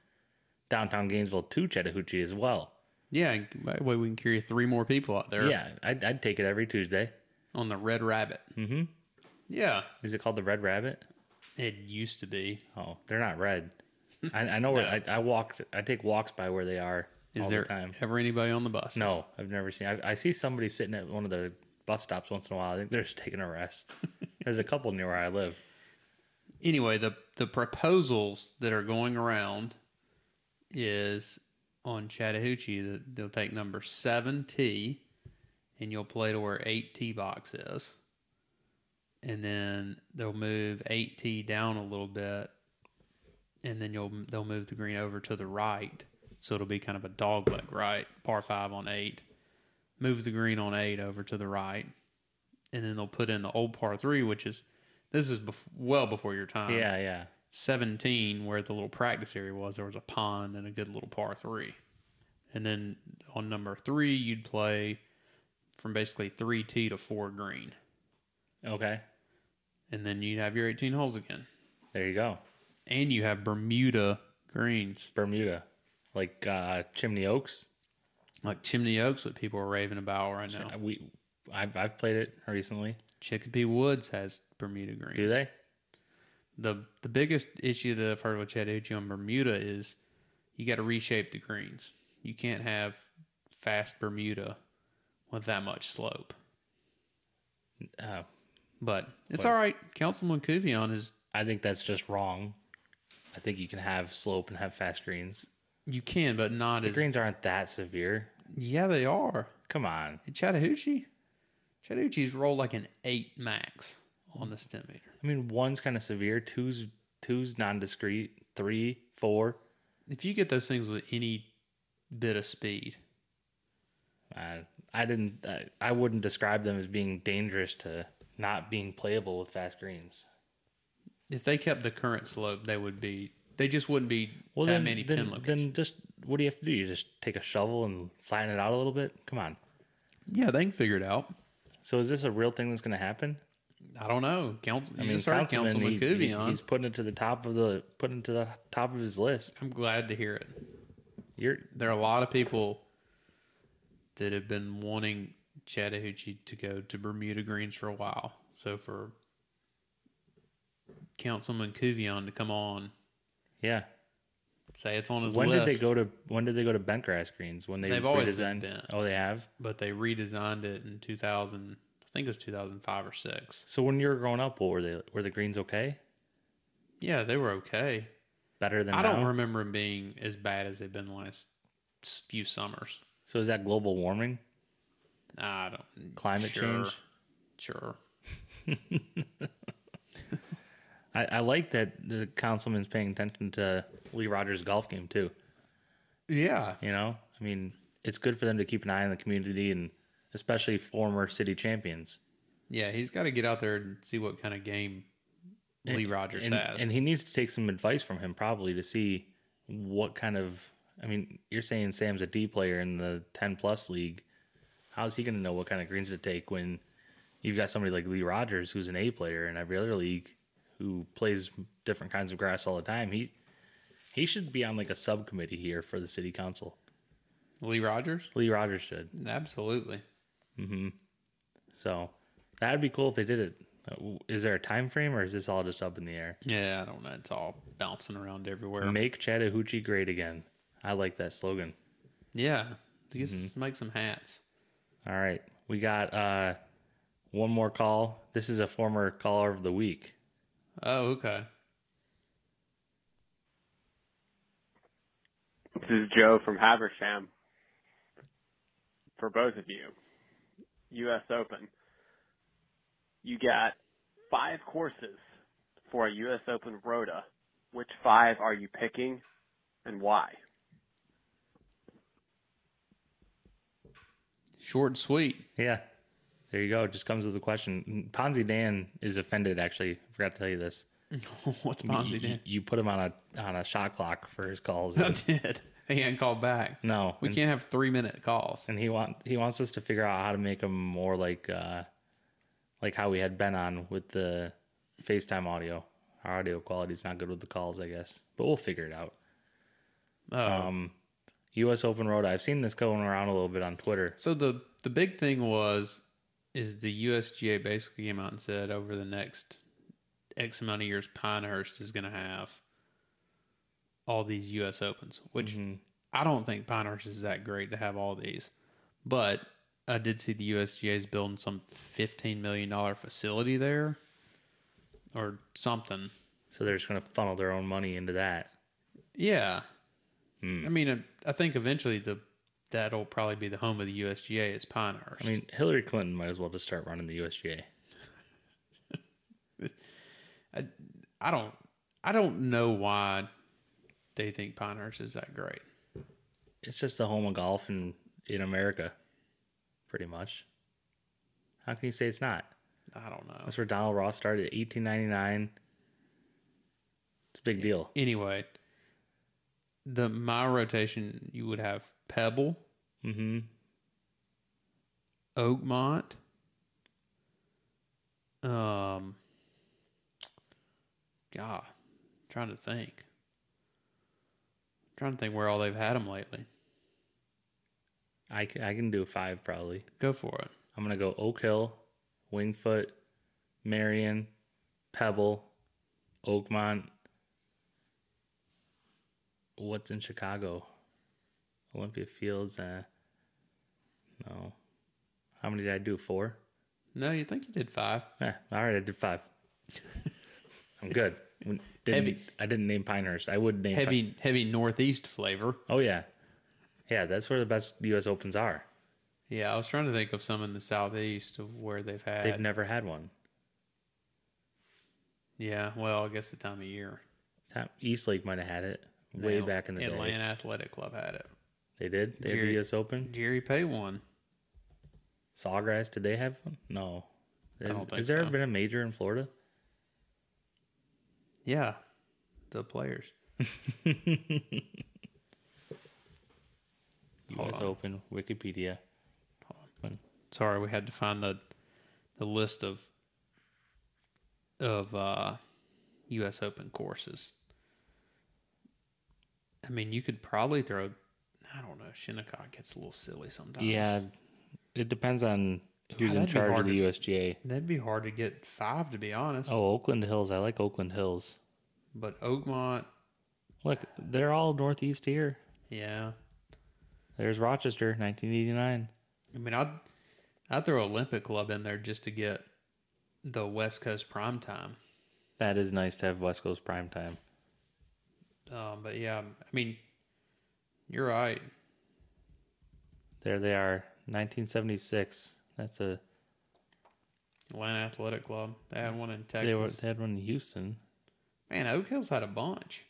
[SPEAKER 3] downtown Gainesville to Chattahoochee as well.
[SPEAKER 2] Yeah, that way we can carry three more people out there.
[SPEAKER 3] Yeah, I'd, I'd take it every Tuesday.
[SPEAKER 2] on the Red Rabbit.
[SPEAKER 3] Mhm.
[SPEAKER 2] Yeah,
[SPEAKER 3] Is it called the Red Rabbit?
[SPEAKER 2] it used to be.
[SPEAKER 3] Oh, they're not red. I, I know
[SPEAKER 2] (laughs)
[SPEAKER 3] where I, I walked. I take walks by where they are
[SPEAKER 2] Is
[SPEAKER 3] all
[SPEAKER 2] there
[SPEAKER 3] the time.
[SPEAKER 2] ever anybody on the bus?
[SPEAKER 3] No, I've never seen. I, I see somebody sitting at one of the bus stops once in a while. I think they're just taking
[SPEAKER 2] (laughs)
[SPEAKER 3] a rest. There's a couple near where I live.
[SPEAKER 2] Anyway, the the proposals that are going around is on Chattahoochee that they'll take number seven T, and you'll play to where eight T box is, and then they'll move eight T down a little bit, and then you'll they'll move the green over to the right, so it'll be kind of a dogleg right, par five on eight. Move the green on eight over to the right, and then they'll put in the old par three, which is this is bef- well before your time.
[SPEAKER 3] yeah, yeah.
[SPEAKER 2] 17 where the little practice area was there was a pond and a good little par 3 and then on number 3 you'd play from basically 3t to 4 green
[SPEAKER 3] Okay,
[SPEAKER 2] and then you'd have your 18 holes again
[SPEAKER 3] there you go.
[SPEAKER 2] and you have bermuda greens
[SPEAKER 3] Bermuda, like uh, Chimney Oaks.
[SPEAKER 2] like chimney oaks that people are raving about right now
[SPEAKER 3] We, I've, I've played it recently.
[SPEAKER 2] chickapee woods has bermuda greens
[SPEAKER 3] Do they?
[SPEAKER 2] the the biggest issue that I've heard with Chattahoochee on Bermuda is you got to reshape the greens. You can't have fast Bermuda with that much slope.
[SPEAKER 3] Oh.
[SPEAKER 2] But it's all right. Councilman Kuvion is
[SPEAKER 3] I think that's just wrong. I think you can have slope and have fast greens.
[SPEAKER 2] you can, but not
[SPEAKER 3] The
[SPEAKER 2] as
[SPEAKER 3] greens aren't that severe.
[SPEAKER 2] yeah they are.
[SPEAKER 3] Come on.
[SPEAKER 2] At Chattahoochee, Chattahoochee's roll like an eight max on the stem meter.
[SPEAKER 3] I mean, one's kind of severe. Two's two's non-discrete. Three, four.
[SPEAKER 2] If you get those things with any bit of speed,
[SPEAKER 3] I, I didn't. I, I wouldn't describe them as being dangerous to not being playable with fast greens.
[SPEAKER 2] if they kept the current slope, they would be. They just wouldn't be that
[SPEAKER 3] then,
[SPEAKER 2] many
[SPEAKER 3] then,
[SPEAKER 2] pin locations.
[SPEAKER 3] then just what do you have to do? You just take a shovel and flatten it out a little bit. Come on.
[SPEAKER 2] yeah, they can figure it out.
[SPEAKER 3] So is this a real thing that's going to happen?
[SPEAKER 2] I don't know. Council, you
[SPEAKER 3] I mean,
[SPEAKER 2] just heard
[SPEAKER 3] Councilman,
[SPEAKER 2] Councilman
[SPEAKER 3] he- he-
[SPEAKER 2] Kuvion.
[SPEAKER 3] he's putting it to the top of the putting it to the top of his list.
[SPEAKER 2] I'm glad to hear it.
[SPEAKER 3] You're
[SPEAKER 2] There are a lot of people that have been wanting Chattahoochee to go to Bermuda Greens for a while. So for Councilman Kuvion to come on,
[SPEAKER 3] yeah.
[SPEAKER 2] say it's on his
[SPEAKER 3] When
[SPEAKER 2] list.
[SPEAKER 3] did they go to when did they go to bent grass greens? When they
[SPEAKER 2] They've always been
[SPEAKER 3] redesigned-
[SPEAKER 2] bent.
[SPEAKER 3] Oh, they have.
[SPEAKER 2] But they redesigned it in 2000. I think it was 2005 or six.
[SPEAKER 3] So when you were growing up, what were they? Were the greens okay?
[SPEAKER 2] Yeah, they were okay.
[SPEAKER 3] Better than
[SPEAKER 2] I don't
[SPEAKER 3] now?
[SPEAKER 2] remember them being as bad as they've been the last s- few summers.
[SPEAKER 3] So is that global warming?
[SPEAKER 2] I don't mm,
[SPEAKER 3] Climate
[SPEAKER 2] sure.
[SPEAKER 3] change?
[SPEAKER 2] Sure.
[SPEAKER 3] I, I like that the councilman's paying attention to Lee Rogers' golf game too.
[SPEAKER 2] Yeah.
[SPEAKER 3] You know, I mean, it's good for them to keep an eye on the community and especially former city champions.
[SPEAKER 2] Yeah, he's got to get out there and see what kind of game Lee Rogers
[SPEAKER 3] and,
[SPEAKER 2] has.
[SPEAKER 3] and he needs to take some advice from him probably to see what kind of. I mean, you're saying Sam's a D player in the 10 plus league. How's he going to know what kind of greens to take when you've got somebody like Lee Rogers, who's an A player in every other league, who plays different kinds of grass all the time? He he should be on like a subcommittee here for the city council.
[SPEAKER 2] Lee Rogers?
[SPEAKER 3] Lee Rogers should.
[SPEAKER 2] Absolutely.
[SPEAKER 3] So that'd be cool if they did it. Uh, w- Is there a time frame or is this all just up in the air?
[SPEAKER 2] Yeah, I don't know. It's all bouncing around everywhere.
[SPEAKER 3] Make Chattahoochee great again. I like that slogan.
[SPEAKER 2] Yeah. Let's
[SPEAKER 3] Mm-hmm.
[SPEAKER 2] make some hats.
[SPEAKER 3] All right. We got uh, one more call. This is a former caller of the week.
[SPEAKER 2] Oh, okay.
[SPEAKER 8] This is Joe from Habersham. For both of you, U.S. Open. You got five courses for a U.S. Open Rota. Which five are you picking and why?
[SPEAKER 2] Short and sweet. (laughs)
[SPEAKER 3] Yeah. There you go. It just comes with a question. Ponzi Dan is offended, actually. I forgot to tell you this.
[SPEAKER 2] What's
[SPEAKER 3] you,
[SPEAKER 2] Ponzi did?
[SPEAKER 3] You put him on a on a shot clock for
[SPEAKER 2] (laughs)
[SPEAKER 3] his calls.
[SPEAKER 2] I did. He ain't called back.
[SPEAKER 3] no.
[SPEAKER 2] We
[SPEAKER 3] and-
[SPEAKER 2] can't have three minute calls.
[SPEAKER 3] and he want he wants us to figure out how to make him more like uh like how we had Ben on with the FaceTime audio. Our audio quality's not good with the calls, I guess, but we'll figure it out.
[SPEAKER 2] Oh.
[SPEAKER 3] Um, U.S. Open Road. I've seen this going around a little bit on Twitter.
[SPEAKER 2] So the the big thing was is the USGA basically came out and said over the next X amount of years Pinehurst is gonna have all these US Opens, which
[SPEAKER 3] Mm-hmm.
[SPEAKER 2] I don't think Pinehurst is that great to have all these. But I did see the USGA is building some fifteen million dollar facility there or something.
[SPEAKER 3] So they're just gonna funnel their own money into that.
[SPEAKER 2] Yeah.
[SPEAKER 3] Hmm.
[SPEAKER 2] I mean I, I think eventually the that'll probably be the home of the USGA is Pinehurst.
[SPEAKER 3] I mean, Hillary Clinton might as well just start running the USGA.
[SPEAKER 2] I don't I don't know why they think Pinehurst is that great.
[SPEAKER 3] It's just the home of golf in in America, pretty much. How can you say it's not?
[SPEAKER 2] I don't know.
[SPEAKER 3] That's where Donald Ross started, 1899. It's a big deal.
[SPEAKER 2] Anyway, the my rotation you would have Pebble,
[SPEAKER 3] Mm-hmm.
[SPEAKER 2] Oakmont, um God, trying to think. trying to think where all they've had them lately.
[SPEAKER 3] I can, I can do five probably.
[SPEAKER 2] Go for it.
[SPEAKER 3] I'm gonna go Oak Hill, Wingfoot, Marion, Pebble, Oakmont. What's in Chicago? Olympia Fields. Uh, no. How many did I do? Four.
[SPEAKER 2] No, you think you did five.
[SPEAKER 3] Yeah, all right, I did
[SPEAKER 2] (laughs)
[SPEAKER 3] five. I'm good. Didn't,
[SPEAKER 2] Heavy-
[SPEAKER 3] I didn't name Pinehurst. I would name Pine-
[SPEAKER 2] Heavy heavy northeast flavor.
[SPEAKER 3] Oh yeah, yeah. That's where the best U.S. Opens are.
[SPEAKER 2] Yeah, I was trying to think of some in the southeast of where they've had
[SPEAKER 3] They've never had one.
[SPEAKER 2] Yeah, well, I guess the time of year.
[SPEAKER 3] Ta- East Lake might have had it way
[SPEAKER 2] Now,
[SPEAKER 3] back in the
[SPEAKER 2] Atlanta
[SPEAKER 3] day.
[SPEAKER 2] Athletic Club had it.
[SPEAKER 3] They did. They had the
[SPEAKER 2] Jerry-
[SPEAKER 3] U.S. Open.
[SPEAKER 2] Jerry Pay won.
[SPEAKER 3] Sawgrass. Did they have one? No. Is,
[SPEAKER 2] don't think
[SPEAKER 3] has there
[SPEAKER 2] so.
[SPEAKER 3] ever been a major in Florida? (laughs)
[SPEAKER 2] Yeah, the players.
[SPEAKER 3] U.S.
[SPEAKER 2] on.
[SPEAKER 3] Open. Wikipedia.
[SPEAKER 2] Sorry, we had to find the the list of of uh, U.S. Open courses. I mean, you could probably throw. I don't know. Shinnecock gets a little silly sometimes.
[SPEAKER 3] Yeah, it depends on who's
[SPEAKER 2] God, that'd
[SPEAKER 3] in
[SPEAKER 2] be
[SPEAKER 3] charge
[SPEAKER 2] hard
[SPEAKER 3] of the
[SPEAKER 2] to-
[SPEAKER 3] USGA.
[SPEAKER 2] that'd be hard to get five, to be honest.
[SPEAKER 3] Oh, Oakland Hills. I like Oakland Hills.
[SPEAKER 2] but Oakmont,
[SPEAKER 3] Look, they're all northeast here.
[SPEAKER 2] yeah.
[SPEAKER 3] There's Rochester, 1989.
[SPEAKER 2] I mean, I'd I'd throw Olympic Club in there just to get the West Coast prime time.
[SPEAKER 3] That is nice to have West Coast prime time.
[SPEAKER 2] Um, but yeah, I mean, you're right.
[SPEAKER 3] There they are, 1976. That's a
[SPEAKER 2] Atlanta Athletic Club. They had one in
[SPEAKER 3] They,
[SPEAKER 2] Texas.
[SPEAKER 3] were, they had one in Houston.
[SPEAKER 2] Man, Oak Hill's had a bunch.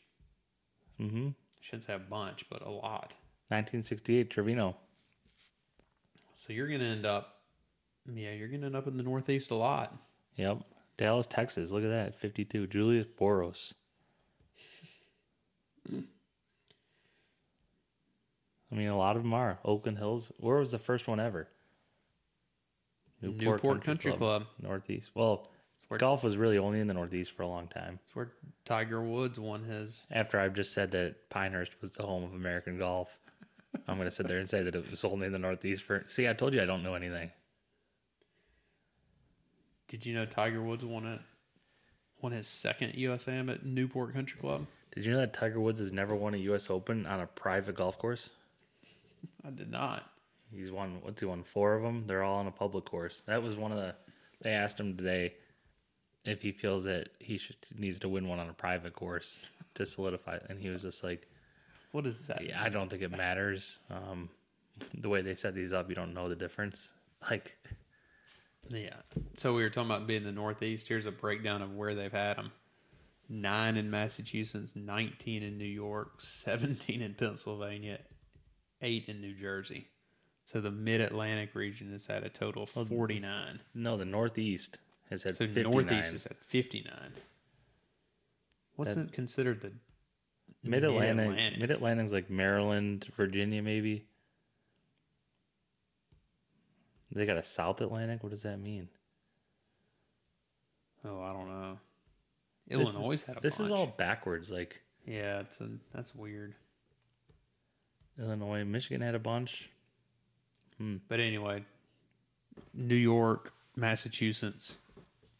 [SPEAKER 3] Mm-hmm.
[SPEAKER 2] Should have a bunch, but a lot.
[SPEAKER 3] 1968 Trevino.
[SPEAKER 2] So you're gonna end up, yeah, you're gonna end up in the Northeast a lot.
[SPEAKER 3] Yep. Dallas, Texas. Look at that. 52. Julius Boros. I mean, a lot of them are. Oakland Hills. Where was the first one ever?
[SPEAKER 2] Newport Country Club.
[SPEAKER 3] Northeast. Well,
[SPEAKER 2] Where-
[SPEAKER 3] golf was really only in the Northeast for a long time.
[SPEAKER 2] It's where Tiger Woods won his.
[SPEAKER 3] After I've just said that Pinehurst was the home of American golf, I'm going to sit there and say that it was only in the Northeast for. See, I told you I don't know anything.
[SPEAKER 2] Did you know Tiger Woods won it? Won his second USAM at Newport Country Club.
[SPEAKER 3] Did you know that Tiger Woods has never won a U.S. Open on a private golf course?
[SPEAKER 2] I did not.
[SPEAKER 3] He's won what's he won four of them. They're all on a public course. That was one of the. They asked him today if he feels that he should, needs to win one on a private course to solidify, it. and he was just like,
[SPEAKER 2] What is that?
[SPEAKER 3] yeah, "I don't think it matters." Um, (laughs) the way they set these up, you don't know the difference. Like,
[SPEAKER 2] Yeah. So we were talking about being in the Northeast. Here's a breakdown of where they've had them. Nine in Massachusetts, 19 in New York, 17 in Pennsylvania, 8 in New Jersey. So the Mid Atlantic region has had a total of 49.
[SPEAKER 3] no, the Northeast has had
[SPEAKER 2] So
[SPEAKER 3] 59.
[SPEAKER 2] Northeast has had 59. What's
[SPEAKER 3] That-
[SPEAKER 2] it considered the
[SPEAKER 3] Mid Atlantic.
[SPEAKER 2] Mid-Atlantic?
[SPEAKER 3] Mid Atlantic's like Maryland, Virginia, maybe. They got a South Atlantic. What does that mean?
[SPEAKER 2] Oh, I don't know. Illinois had a
[SPEAKER 3] This
[SPEAKER 2] bunch.
[SPEAKER 3] is all backwards. Like
[SPEAKER 2] Yeah, it's a, that's weird.
[SPEAKER 3] Illinois, Michigan had a bunch.
[SPEAKER 2] But anyway, New York, Massachusetts,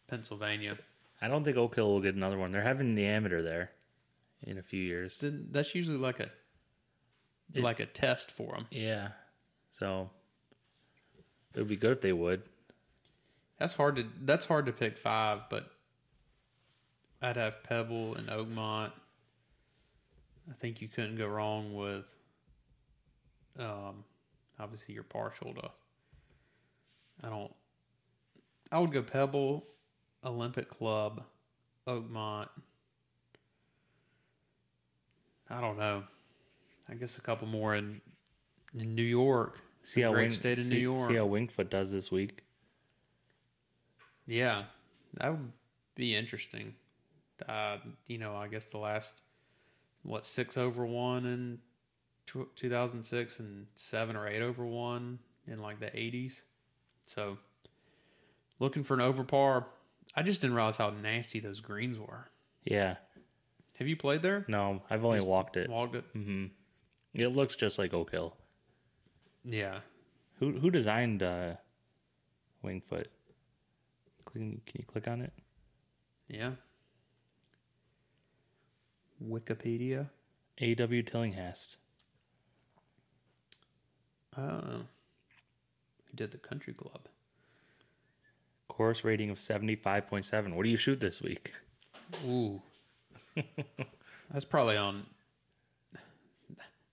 [SPEAKER 2] Pennsylvania.
[SPEAKER 3] I don't think Oak Hill will get another one. They're having the amateur there in a few years.
[SPEAKER 2] Then That's usually like a
[SPEAKER 3] It-
[SPEAKER 2] like a test for them.
[SPEAKER 3] Yeah. So it would be good if they would.
[SPEAKER 2] That's hard to that's hard to pick five, but I'd have Pebble and Oakmont. I think you couldn't go wrong with um obviously you're partial to I don't I would go Pebble, Olympic Club, Oakmont. I don't know. I guess a couple more in, in New York.
[SPEAKER 3] See
[SPEAKER 2] The
[SPEAKER 3] how
[SPEAKER 2] great
[SPEAKER 3] Wing,
[SPEAKER 2] state of
[SPEAKER 3] see,
[SPEAKER 2] New York.
[SPEAKER 3] see how Wingfoot does this week.
[SPEAKER 2] Yeah, that would be interesting. Uh, you know, I guess the last what six over one in tw- 2006 and seven or eight over one in like the 80s. So looking for an over par. I just didn't realize how nasty those greens were.
[SPEAKER 3] Yeah.
[SPEAKER 2] Have you played there?
[SPEAKER 3] No, I've only
[SPEAKER 2] Just
[SPEAKER 3] walked it. Mm-hmm.
[SPEAKER 2] Logged it.
[SPEAKER 3] It looks just like Oak Hill.
[SPEAKER 2] Yeah,
[SPEAKER 3] Who who designed uh, Wingfoot? Can, can you click on it?
[SPEAKER 2] yeah. Wikipedia.
[SPEAKER 3] A.W. Tillinghast.
[SPEAKER 2] Oh, he did the country club.
[SPEAKER 3] Course rating of 75.7. What do you shoot this week?
[SPEAKER 2] Ooh. (laughs) that's probably on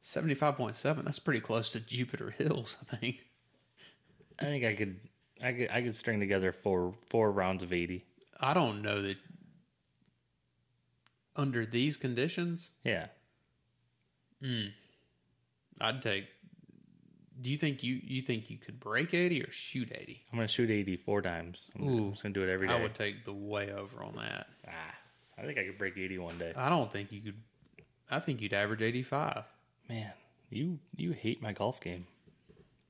[SPEAKER 2] 75.7. That's pretty close to Jupiter Hills, I think.
[SPEAKER 3] I think I could, I could, I could string together four four rounds of eighty.
[SPEAKER 2] I don't know that under these conditions,
[SPEAKER 3] Yeah,
[SPEAKER 2] I'd take Do you think you you think you could break 80 or shoot 80?
[SPEAKER 3] I'm gonna shoot eighty four times. I'm, Ooh,
[SPEAKER 2] Ooh.
[SPEAKER 3] just gonna do it every day.
[SPEAKER 2] I would take the way over on that.
[SPEAKER 3] ah, I think I could break eighty one day.
[SPEAKER 2] I don't think you could I think you'd average 85.
[SPEAKER 3] Man, you you hate my golf game.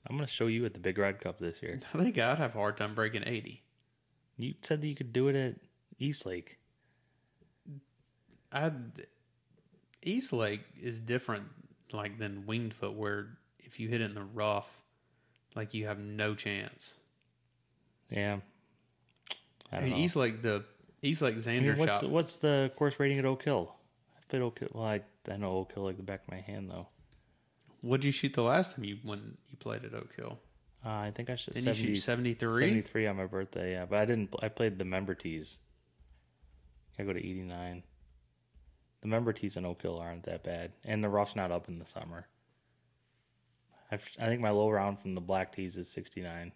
[SPEAKER 3] I'm gonna show you at the Big Red Cup this year.
[SPEAKER 2] I think I'd have a hard time breaking 80.
[SPEAKER 3] You said that you could do it at East Lake.
[SPEAKER 2] I East Lake is different, like than winged foot, where if you hit it in the rough, like you have no chance.
[SPEAKER 3] Yeah, I
[SPEAKER 2] I
[SPEAKER 3] don't
[SPEAKER 2] mean,
[SPEAKER 3] know.
[SPEAKER 2] East Lake, the East Lake
[SPEAKER 3] I
[SPEAKER 2] Xander
[SPEAKER 3] mean, what's
[SPEAKER 2] shot.
[SPEAKER 3] what's the course rating at Oak Hill? I played Oak Hill. Well, I, I know Oak Hill like the back of my hand though.
[SPEAKER 2] What'd you shoot the last time you when you played at Oak Hill?
[SPEAKER 3] Uh, I think I should.
[SPEAKER 2] Didn't
[SPEAKER 3] 70,
[SPEAKER 2] you shoot seventy three?
[SPEAKER 3] 73 on my birthday, yeah. But I didn't. I played the member tees. I go to 89. The member tees in Oak Hill aren't that bad, and the rough's not up in the summer. I've, I think my low round from the black tees is 69.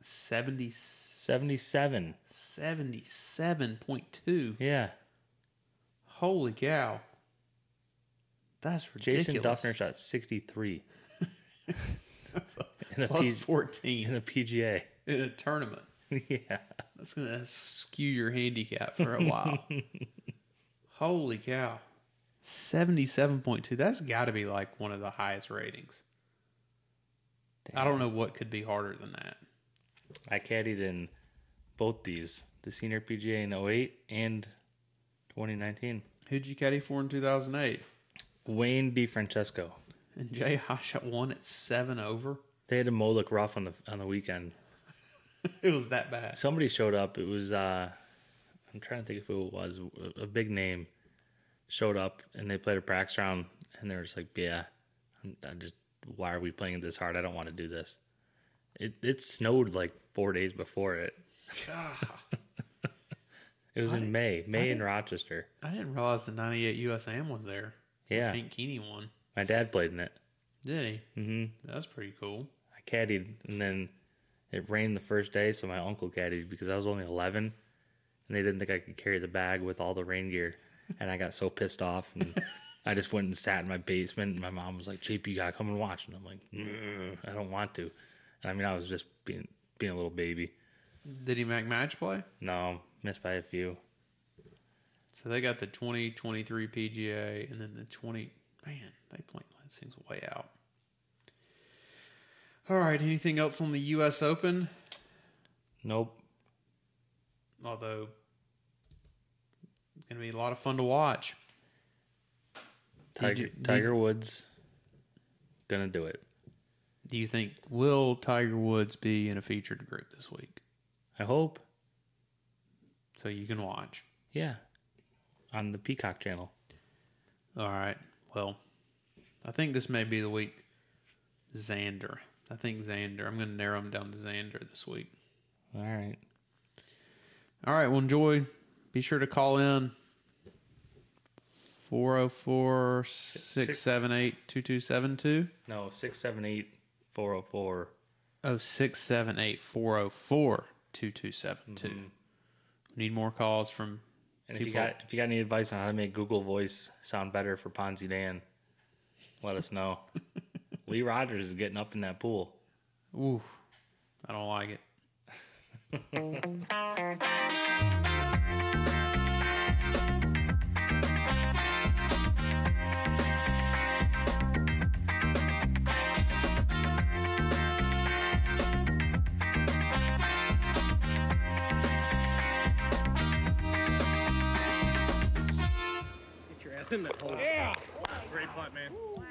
[SPEAKER 2] 70,
[SPEAKER 3] 77.
[SPEAKER 2] 77.2.
[SPEAKER 3] Yeah.
[SPEAKER 2] Holy cow. That's ridiculous.
[SPEAKER 3] Jason Duffner shot 63
[SPEAKER 2] (laughs) That's a
[SPEAKER 3] And a
[SPEAKER 2] plus
[SPEAKER 3] piece-
[SPEAKER 2] 14
[SPEAKER 3] in a (laughs) PGA.
[SPEAKER 2] in a tournament.
[SPEAKER 3] yeah.
[SPEAKER 2] That's going to skew your handicap for a while. Holy cow. 77.2. That's got to be like one of the highest ratings. I don't know what could be harder than that.
[SPEAKER 3] I caddied in both these the senior PGA in 08 and 2019.
[SPEAKER 2] Who'd you caddy for in 2008?
[SPEAKER 3] Wayne DiFrancesco.
[SPEAKER 2] And Jay Hotshot won at seven over.
[SPEAKER 3] They had to mow the rough on the on the weekend.
[SPEAKER 2] It was that bad.
[SPEAKER 3] Somebody showed up. It was uh I'm trying to think of who it was. A big name showed up and they played a practice round and they were just like, yeah, I'm, I just why are we playing it this hard? I don't want to do this. It it snowed like four days before it. (laughs) it was in May, May in Rochester.
[SPEAKER 2] I didn't realize the 98 USAM was there.
[SPEAKER 3] Yeah,
[SPEAKER 2] Hank Keeney won.
[SPEAKER 3] my dad played in it.
[SPEAKER 2] Did he?
[SPEAKER 3] hmm
[SPEAKER 2] That was pretty cool.
[SPEAKER 3] I caddied, and then it rained the first day, so my uncle caddied because I was only 11, and they didn't think I could carry the bag with all the rain gear, and I got so pissed off, and I just went and sat in my basement, and my mom was like, "JP, you gotta come and watch," and I'm like, "Mm, "I don't want to," and I mean, I was just being being a little baby.
[SPEAKER 2] Did he make match play?
[SPEAKER 3] No, missed by a few.
[SPEAKER 2] So they got the 2023 PGA and then the 20. Man, they playing those things way out. All right. Anything else on the U.S. Open?
[SPEAKER 3] Nope.
[SPEAKER 2] Although it's going to be a lot of fun to watch. Did
[SPEAKER 3] Tiger,
[SPEAKER 2] you- did-
[SPEAKER 3] Tiger Woods gonna do it.
[SPEAKER 2] Do you think will Tiger Woods be in a featured group this week?
[SPEAKER 3] I hope.
[SPEAKER 2] So you can watch.
[SPEAKER 3] Yeah. On the Peacock channel.
[SPEAKER 2] All right. Well, I think this may be the week. Xander. I think Xander. I'm going to narrow him down to Xander this week.
[SPEAKER 3] All right.
[SPEAKER 2] All right. Well, enjoy. Be sure to call in 404 678 2272.
[SPEAKER 3] No, six seven eight four zero four.
[SPEAKER 2] Oh, 678 404 2272. Need more calls from
[SPEAKER 3] And if
[SPEAKER 2] People-
[SPEAKER 3] you got if you got any advice on how to make Google Voice sound better for Ponzi Dan, let us know. Lee Rogers is getting up in that pool.
[SPEAKER 2] Ooh, I don't like it.
[SPEAKER 1] Yeah. Great putt, man.